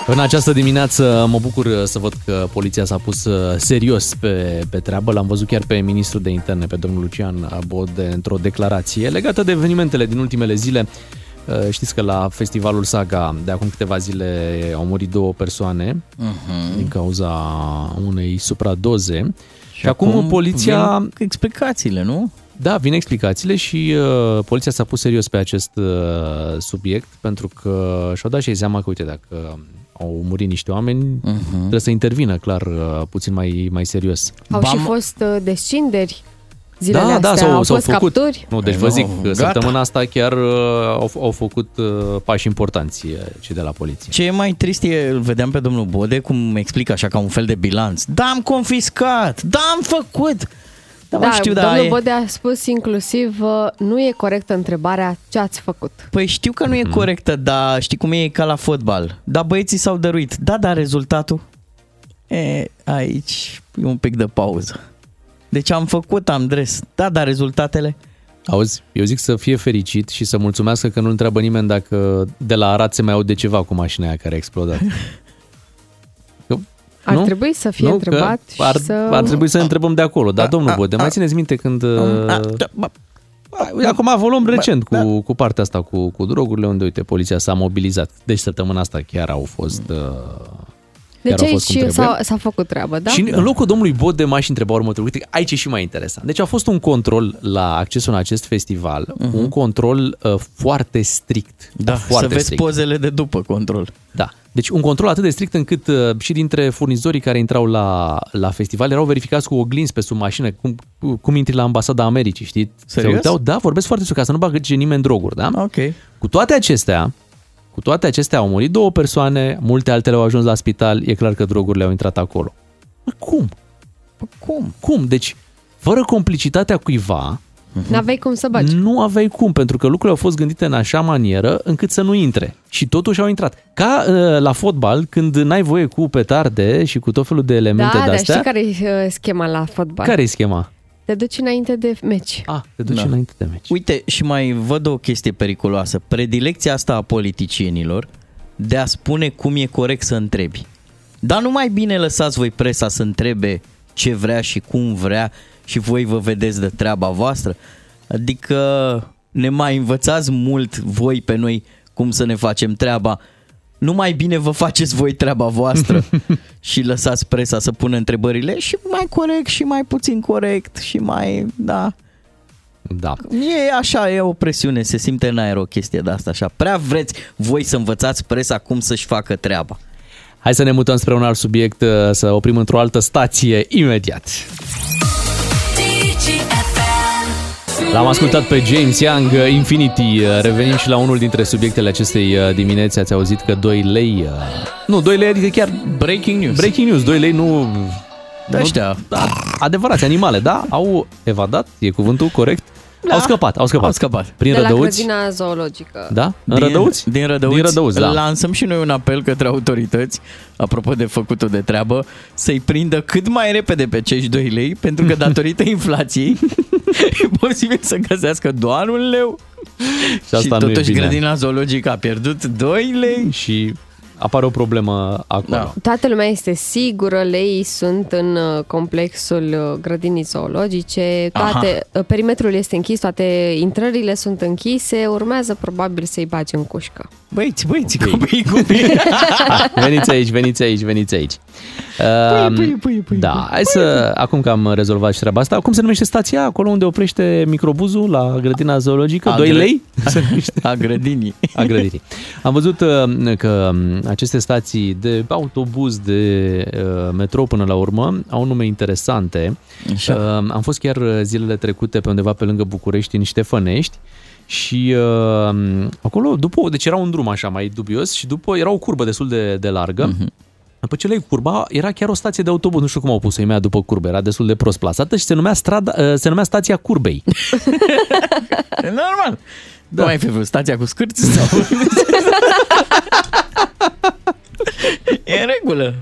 În această dimineață mă bucur să văd că poliția s-a pus uh, serios pe, pe treabă. L-am văzut chiar pe ministrul de interne, pe domnul Lucian Abode, într-o declarație legată de evenimentele din ultimele zile. Uh, Știți că la festivalul Saga de acum câteva zile au murit două persoane
Mhm.
din cauza unei supradoze. Și, acum,
acum
poliția...
vin explicațiile, nu?
Da, vin explicațiile și uh, poliția s-a pus serios pe acest uh, subiect pentru că și-au dat și ei seama că, uite, dacă au murit niște oameni, uh-huh. trebuie să intervină, clar, uh, puțin mai, mai serios.
Au și fost uh, descinderi zilele
da,
astea,
da, s-au,
au
s-au
fost
făcut.
capturi.
Nu, deci
Ei,
vă
nu,
zic,
gata.
gata. săptămâna asta chiar uh, au, au făcut uh, pași importanți uh, cei de la poliție.
Ce e mai trist e, îl vedeam pe domnul Bode cum explică așa ca un fel de bilanț. Da, am confiscat, da, am făcut. Da, mă, știu, da,
domnul
e-
Bode a spus inclusiv, uh, nu e corectă întrebarea ce ați făcut.
Păi știu că nu e
Mhm.
corectă, dar știi cum e, e ca la fotbal. Da, băieții s-au dăruit. Da, dar rezultatul? E, aici e un pic de pauză. Deci am făcut, am dres. Da, dar rezultatele?
Auzi, eu zic să fie fericit și să mulțumească că nu întreabă nimeni dacă de la Arad se mai aude ceva cu mașina aia care a explodat. Că-
Ar trebui să fie
nu,
întrebat
că ar,
și să...
ar trebui să întrebăm de acolo. Dar, domnul Bode, mai țineți minte când...
a, da,
uh, Uite, Acum a volum recent cu, cu partea asta cu, cu drogurile, unde, uite, poliția s-a mobilizat. Deci săptămâna asta chiar au fost... uh,
Deci
chiar au fost cum
aici
trebuie.
s-a, s-a făcut treabă, da?
Și în- în locul domnului Bode m-aș întreba următorul. Uite, aici e și mai interesant. Deci a fost un control la accesul în acest festival, uh-huh. un control uh, foarte strict.
Mhm. Da,
foarte
să vezi
strict.
pozele de după control.
Da. Deci un control atât de strict încât uh, și dintre furnizorii care intrau la, la festival erau verificați cu oglinzi pe sub mașină, cum, cum intri la ambasada Americii, știi?
Serios?
Se uitau, da, vorbesc foarte strict, ca să nu bagă nimeni în droguri, da?
Ok.
Cu toate acestea, Cu toate acestea au murit două persoane, multe altele au ajuns la spital, e clar că drogurile au intrat acolo. Mă, cum?
Mă, cum?
Cum? Deci, fără complicitatea cuiva,
Hmm.
N-aveai cum să bagi.
nu aveai cum, pentru că lucrurile au fost gândite în așa manieră încât să nu intre. Și totuși au intrat. Ca uh, la fotbal, când n-ai voie cu petarde și cu tot felul de elemente
Da, dar
de-astea,
știi care e schema la fotbal?
care-i schema?
Te duci înainte de meci.
Ah, te duci înainte de meci.
Da. Uite, și mai văd o chestie periculoasă. Predilecția asta a politicienilor de a spune cum e corect să întrebi. Dar nu mai bine lăsați voi presa să întrebe ce vrea și cum vrea și voi vă vedeți de treaba voastră? Adică ne mai învățați mult voi pe noi cum să ne facem treaba. Nu mai bine vă faceți voi treaba voastră și lăsați presa să pună întrebările și mai corect și mai puțin corect și mai, da,
Da.
E așa, e o presiune, se simte în aer o chestie de asta așa. Prea vreți voi să învățați presa cum să-și facă treaba.
Hai să ne mutăm spre un alt subiect, uh, să oprim într-o altă stație imediat. L-am ascultat pe James Young, uh, Infinity. Uh, Revenim și la unul dintre subiectele acestei uh, dimineți. Ați auzit că 2 lei... uh, Nu, 2 lei, adică chiar...
Breaking news.
Breaking news, 2 lei nu...
Da, ăștia.
Da, adevărați animale, da? Au evadat, e cuvântul corect?
Da.
Au scăpat, au scăpat.
Au scăpat.
Prin
de la
rădăuți.
grădina zoologică.
Da? În Rădăuți?
Din Rădăuți.
Din Rădăuți, da.
Lansăm și noi un apel către autorități, apropo de făcutul de treabă, să-i prindă cât mai repede pe acești 2 lei, pentru că datorită inflației e posibil să găsească doar un leu.
Și asta
și
nu e
totuși
bine.
grădina zoologică a pierdut 2 lei.
Și apare o problemă acolo. Da.
Toată lumea este sigură, lei sunt în uh, complexul uh, grădinii zoologice,
Aha.
toate, uh, perimetrul este închis, toate intrările sunt închise, urmează probabil să-i bagi în cușcă.
Băiți, băiți, copii, copii.
Veniți aici, veniți aici, veniți aici. Um,
pui, pui, pui,
da, hai să, acum că am rezolvat și treaba asta, cum se numește stația acolo unde oprește microbuzul la grădina zoologică?
A
2
gră-
lei?
A grădinii.
A grădinii. Am văzut uh, că um, aceste stații de autobuz, de uh, metrou până la urmă, au nume interesante.
Așa.
Uh, Am fost chiar uh, zilele trecute pe undeva pe lângă București, în Ștefănești, și uh, acolo, după, deci era un drum așa mai dubios și după era o curbă destul de, de largă.
Mhm.
După ce le curba, era chiar o stație de autobuz, nu știu cum au pus-o imediat după curbă, era destul de prost plasată și se numea, strada, uh, se numea stația curbei.
Normal. Da. Nu mai fi vrut stația cu scârți sau... e în regulă.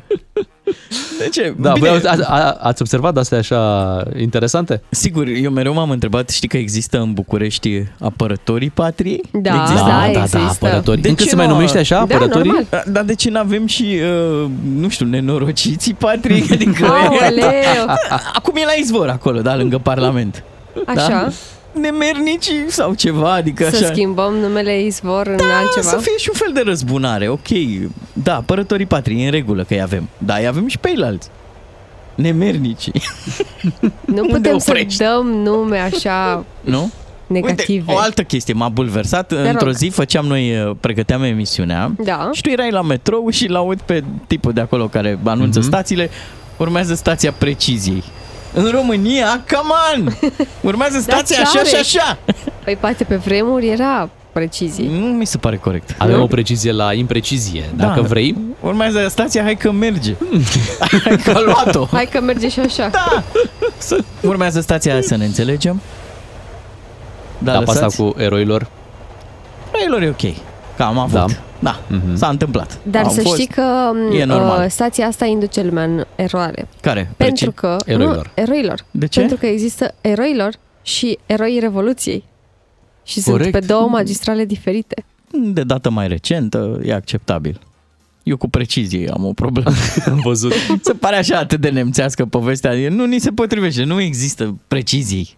De ce?
Da,
Bine,
voi a, a, ați observat astea așa interesante?
Sigur, eu mereu m-am întrebat, știi că există în București apărătorii patriei?
Da, Există. da, există.
apărători. Încă se mai numește așa, Da, apărătorii? normal.
Da, Dar de ce n-avem și, uh, nu știu, nenorociții patriei? Adică,
Aoleu!
Acum e la izvor acolo, da, lângă Parlament.
Așa.
Da? Nemernicii sau ceva, adică
Să
așa.
schimbăm numele izvor în
Da,
altceva?
să fie și un fel de răzbunare, ok. Da, apărătorii patriei, e în regulă că îi avem. Da, îi avem și pe ceilalți. Nemernici.
Nu
Unde
putem să
oprești?
dăm nume așa
Nu?
negative.
Uite, o altă chestie m-a bulversat.
rog.
Într-o zi făceam noi, uh, pregăteam emisiunea
Da.
și tu erai la metrou și l-aud pe tipul de acolo care anunță mm-hmm. stațiile. Urmează stația preciziei. În România, come on! Urmează stația
Da,
așa și
clare.
așa!
Păi poate pe vremuri era precizie.
Nu mi se pare corect.
Avem o precizie la imprecizie, dacă
Da.
vrei.
Urmează stația, hai că merge. hai că a luat-o.
Hai că merge și așa. Da.
Să- Urmează stația să ne înțelegem. Da,
Da, da pasta
lăsați.
cu eroilor.
Eroilor e ok. Că am avut. Da. da.
Mhm.
Mm-hmm. S-a întâmplat.
Dar
am
să
fost.
știi că m,
E normal.
uh, stația asta induce lumea în eroare.
Care?
Pentru
Preci-
că... Nu, eroilor.
De ce?
Pentru că există eroilor și eroii Revoluției. Și
Corect.
sunt pe două magistrale diferite.
De dată mai recentă, e acceptabil. Eu cu precizie am o problemă.
am văzut.
Se pare așa atât de nemțească povestea. E- Nu ni se potrivește, nu există precizii.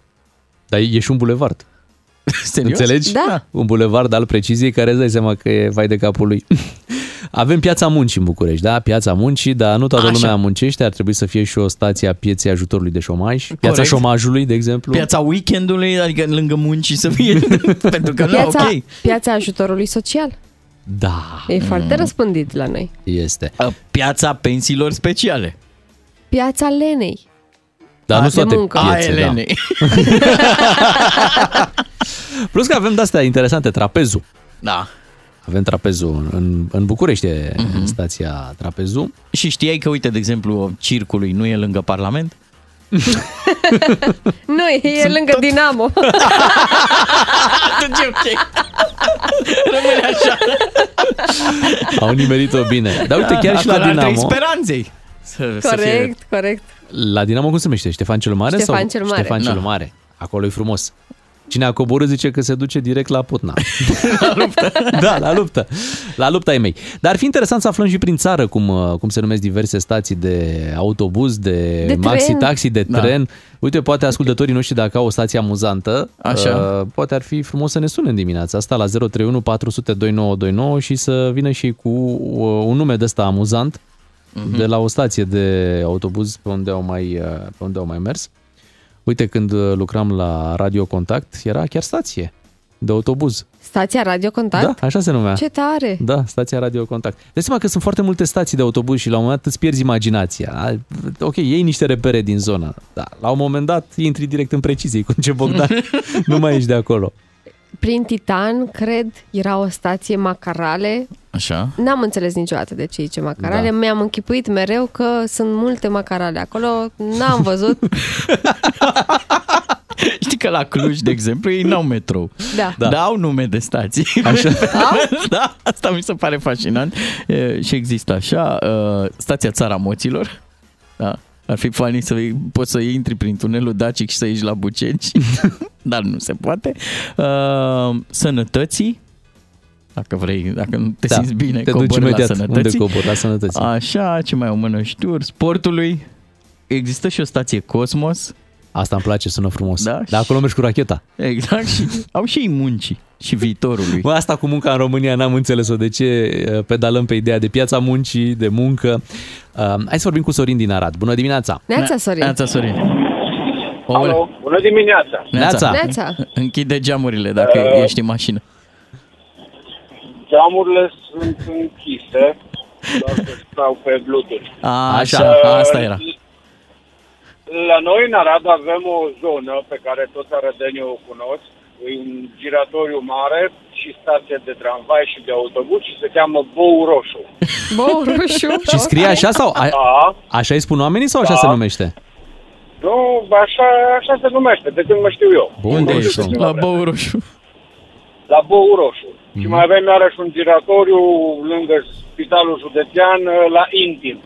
Dar e și un bulevard.
Serios?
Înțelegi?
Da.
Un bulevard al preciziei care îți dai seama că e vai de capul lui. Avem piața muncii în București, da? Piața muncii, dar nu toată
Așa.
lumea muncește. Ar trebui să fie și o stație a pieței ajutorului de șomaj. Piața
Corect.
șomajului, de exemplu.
Piața weekendului, adică lângă muncii să fie, pentru că nu,
Piața,
Da, ok.
piața ajutorului social.
Da.
Ah, E
Mm.
foarte răspândit la noi.
Este.
Piața pensiilor speciale.
Piața Lenei.
Dar nu
A, de
toate
muncă. A,
piețe, da.
Elenei.
Plus că avem de-astea interesante, trapezul.
Da.
Avem trapezul în, în București, e stația trapezul.
Mhm. Și știai că, uite, de exemplu, circului nu e lângă Parlament?
Nu, e Sunt lângă tot... Dinamo.
Atunci e ok. Rămâne așa.
Au nimerit-o bine. Dar uite, chiar și la
Da. Acolo ar trăi
Dinamo.
speranței. Să, să fie-
Corect, correct.
La Dinamo cum se numește? Ștefan cel Mare?
Ștefan
sau?
cel Mare.
Ștefan
Da.
cel Mare. Acolo e frumos. Cine a coborât zice că se duce direct la Putna. la luptă. da, la luptă. La lupta ai mei. Dar ar fi interesant să aflăm și prin țară cum, uh, cum se numesc diverse stații de autobuz, de,
De tren.
maxi-taxi, de
Da.
tren. Uite, poate ascultătorii noștri dacă au o stație amuzantă,
Așa.
uh, poate ar fi frumos să ne sunem dimineața asta la 031 400 2929 și să vină și cu uh, un nume de ăsta amuzant
Mhm.
de la o stație de autobuz pe unde au mai, uh, pe unde au mai mers. Uite, când uh, lucram la Radio Contact, era chiar stație de autobuz.
Stația Radio Contact?
Da, așa se numea.
Ce tare!
Da, stația Radio Contact. Dai seama că sunt foarte multe stații de autobuz și la un moment dat îți pierzi imaginația. A, Ok, iei niște repere din zonă, dar la un moment dat intri direct în precizie cu ce Bogdan. nu mai ești de acolo.
Prin Titan, cred, era o stație Macarale.
Așa.
N-am înțeles niciodată de ce e ce macarale.
Da.
Da. Mi-am închipuit mereu că sunt multe macarale acolo. N-am văzut.
Știi că la Cluj, de exemplu, ei n-au metrou.
Da.
Dar au nume de stații. Așa. da, asta mi se pare fascinant. E, și există așa, uh, stația Țara Moților. Da. Ar fi funny să poți să intri prin tunelul Dacic și să ieși la Bucegi, dar nu se poate. Uh, sănătății, dacă vrei, dacă nu te
Da,
simți bine,
te duci
cobori
imediat.
la
Unde
sănătății.
cobori? La sănătății.
Așa, ce mai omână știuri, sportului. Există și o stație Cosmos.
Asta îmi place, sună frumos.
Da,
Dar acolo mergi cu racheta.
Exact, și au și ei muncii și viitorului.
Bă, asta cu munca în România n-am înțeles-o. De ce uh, pedalăm pe ideea de piața muncii, de muncă. Uh, hai să vorbim cu Sorin din Arad. Bună dimineața!
Neața, Sorin.
Neața, Sorin.
Alo, bună dimineața!
Neața.
Neața.
Închide geamurile dacă
Uh.
ești în mașină.
Geamurile sunt închise, doar că stau pe Bluetooth.
A, așa,
Uh,
asta era.
La noi în Arad avem o zonă pe care toți arădenii o cunosc, e un giratoriu mare și stație de tramvai și de autobuz și se cheamă Bou Roșu.
Bou roșu.
Și scrie așa sau... A,
Da,
așa îi spun oamenii sau așa
Da.
se numește?
nu, așa, așa se numește, de când mă știu eu.
Unde
Nu
ești?
știu
La Bău Roșu.
la Bou Roșu. Și
Mhm.
mai avem iarăși un giratoriu lângă Spitalul Județean, ă, la Intim.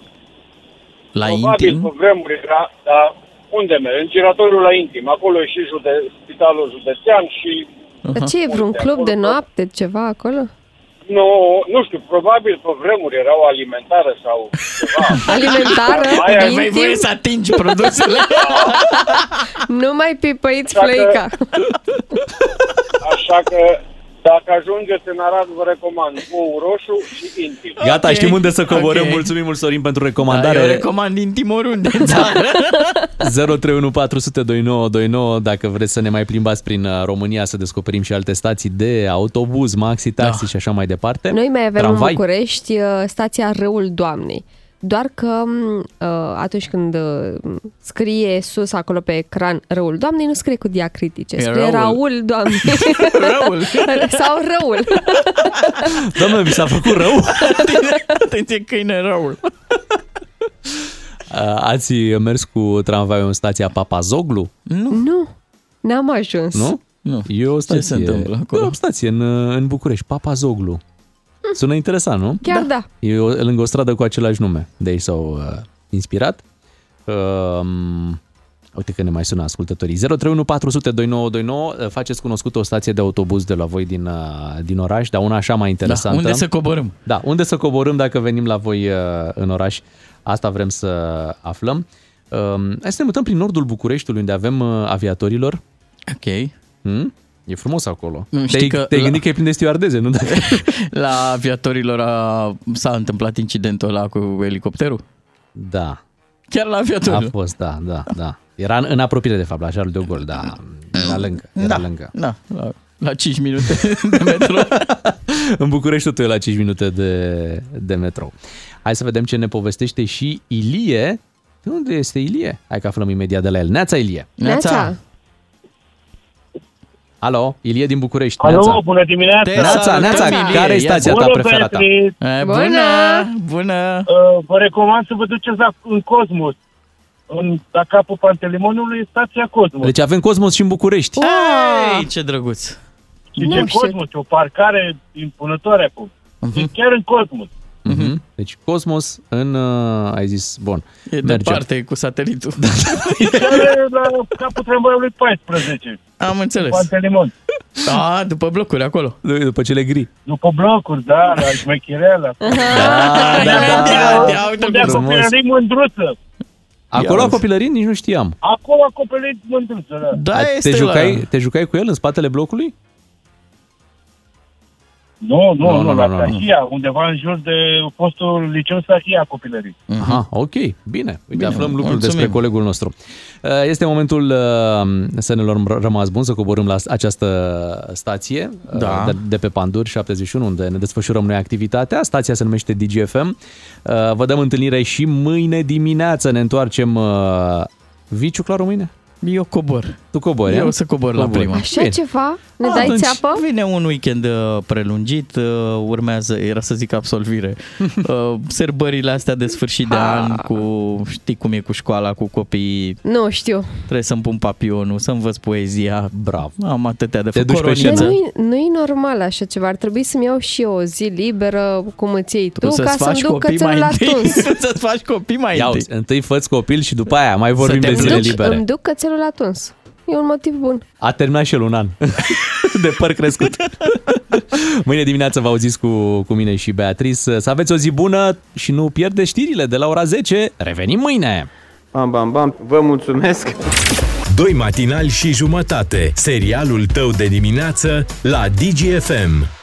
La
Probabil
Intim?
pe vremuri era, da, unde merg? În giratoriul la Intim. Acolo e și jude- Spitalul Județean și...
Dar ce e vreun club
da.
de noapte, ceva acolo?
Nu, nu știu, probabil pe vremuri erau alimentară sau ceva.
Alimentară?
Aia
Intim?
aveai voie să
atingi
produsele?
nu mai pipăiți
Dacă-
flăica.
Așa că dacă ajungeți în Arad, vă recomand Bou Roșu și Intim. Adică
Gata, știm unde să coborâm.
ok.
Mulțumim mult, Sorin, pentru
Da, eu
recomandare.
recomand Intim oriunde.
031402929 dacă vreți să ne mai plimbați prin uh, România să descoperim și alte stații de autobuz, maxi, taxi și așa mai departe.
Da. Noi mai avem
Tramvai.
în București uh, stația Râul Doamnei. Doar că m, uh, atunci când uh, scrie sus acolo pe ecran Răul Doamnei, nu scrie cu diacritice,
E
scrie Raul,
Răul.
Raul Doamnei. Răul. Sau Răul.
Doamne, mi s-a făcut rău?
Atenție, câine răul.
Uh, Ați mers cu tramvaiul în stația Papazoglu?
Nu.
Nu. N-am ajuns.
Nu?
Nu.
E o stație.
se întâmplă acolo?
Da, o stație în, în București, Papazoglu.
Hm.
Sună interesant, nu?
Chiar da.
E o, lângă o stradă cu același nume. De aici s-au uh, inspirat. Um, uite că ne mai sună ascultătorii. 031 400 2929. Uh, Faceți cunoscută o stație de autobuz de la voi din, uh, din oraș, dar una așa mai interesantă.
Da, unde să coborâm?
Da, unde să coborâm dacă venim la voi uh, în oraș. Asta vrem să aflăm. Um, hai să ne mutăm prin nordul Bucureștiului, unde avem uh, aviatorilor.
Ok.
Hmm? E frumos acolo.
Nu, știi
Te-ai,
că
te-ai
la-
gândit că e plin de stewardeze, nu? Dacă...
La aviatorilor a, s-a întâmplat incidentul ăla cu elicopterul?
Da.
Chiar la aviatorul?
A fost, da, da, da. Era în, în apropiere, de fapt, la Charles de Gaulle, da. Era lângă, era
Da,
lângă.
da, la, la 5 minute.
În București totul e la 5 minute de, de metro. Hai să vedem ce ne povestește și Ilie. De unde este Ilie? Hai că aflăm imediat de la el. Neața, Ilie!
Neața.
Alo, Ilie din București.
Alo,
Neața.
bună dimineața!
Neața, Neața, care e stația ta
Bună,
preferată?
Beatrice!
Eh, Bună!
Uh, vă recomand să vă duceți la, în Cosmos. În, la capul Pantelemonului e stația Cosmos.
Deci avem Cosmos și în București.
Ai, ce drăguț!
Și ce Cosmos, e o parcare impunătoare acum. Deci chiar în Cosmos.
Mhm. Deci Cosmos în... uh, ai zis, bun. Da, E
departe cu satelitul.
Chiar la capul tramvaiului 14.
Am înțeles.
Pantelimon.
Da, după blocuri acolo.
După cele gri.
După blocuri, da, la șmechireală. Da,
da, da, da, da, uite
Unde a
cum frumos.
copilărit mândruță.
Acolo la
auzi.
copilărie nici nu știam.
Acolo a copilărit mândruță, da.
Da,
A,
este
te, jucai,
la-
te jucai cu el în spatele blocului?
Nu, nu,
Nu,
nu,
nu,
nu, la
nu, nu.
Stahia, undeva în jur de fostul liceu Stahia copilării.
Mhm.
Aha, ok, bine. Uite,
Bine,
aflăm lucruri
mulțumim.
despre colegul nostru. Uh, Este momentul uh, să ne luăm ră- rămas bun, să coborâm la această stație uh,
Da.
de, de pe Panduri 71, unde ne desfășurăm noi activitatea. Stația se numește DGFM. Uh, Vă dăm întâlnire și mâine dimineață ne întoarcem. uh, Vii, Ciuclaru, mâine?
Eu cobor.
Tu cobori,
Eu
a?
o să cobor la prima.
Așa
Bine.
ceva? Ne
Ah,
dai
atunci
țeapă?
Vine un weekend uh, prelungit, uh, urmează, era să zic absolvire, Uh, sărbările astea de sfârșit de an cu, știi cum e cu școala, cu copiii,
Nu știu.
trebuie să-mi pun papionul, să învăț poezia.
Bravo.
Am atâtea de
Te duci
făcut.
pe
Dar
coroniță.
Nu-i, nu-i normal așa ceva. Ar trebui să-mi iau și eu o zi liberă, cum îți iei tu,
să-ți
ca să-mi
faci
duc
copii
cățelul
mai
la
întâi.
tuns.
Să-ți faci copii mai
Ia
întâi.
uite, întâi făți copil și după aia mai vorbim de
te
zile
duci,
libere.
Îmi duc cățelul la tuns. E un motiv bun.
A terminat și el un an de păr crescut. Mâine dimineață vă auziți cu, cu mine și Beatrice. Să aveți o zi bună și nu pierdeți știrile de la ora 10. Revenim mâine!
Bam, bam, bam. Vă mulțumesc.
Doi matinali și jumătate. Serialul tău de dimineață la DGFM.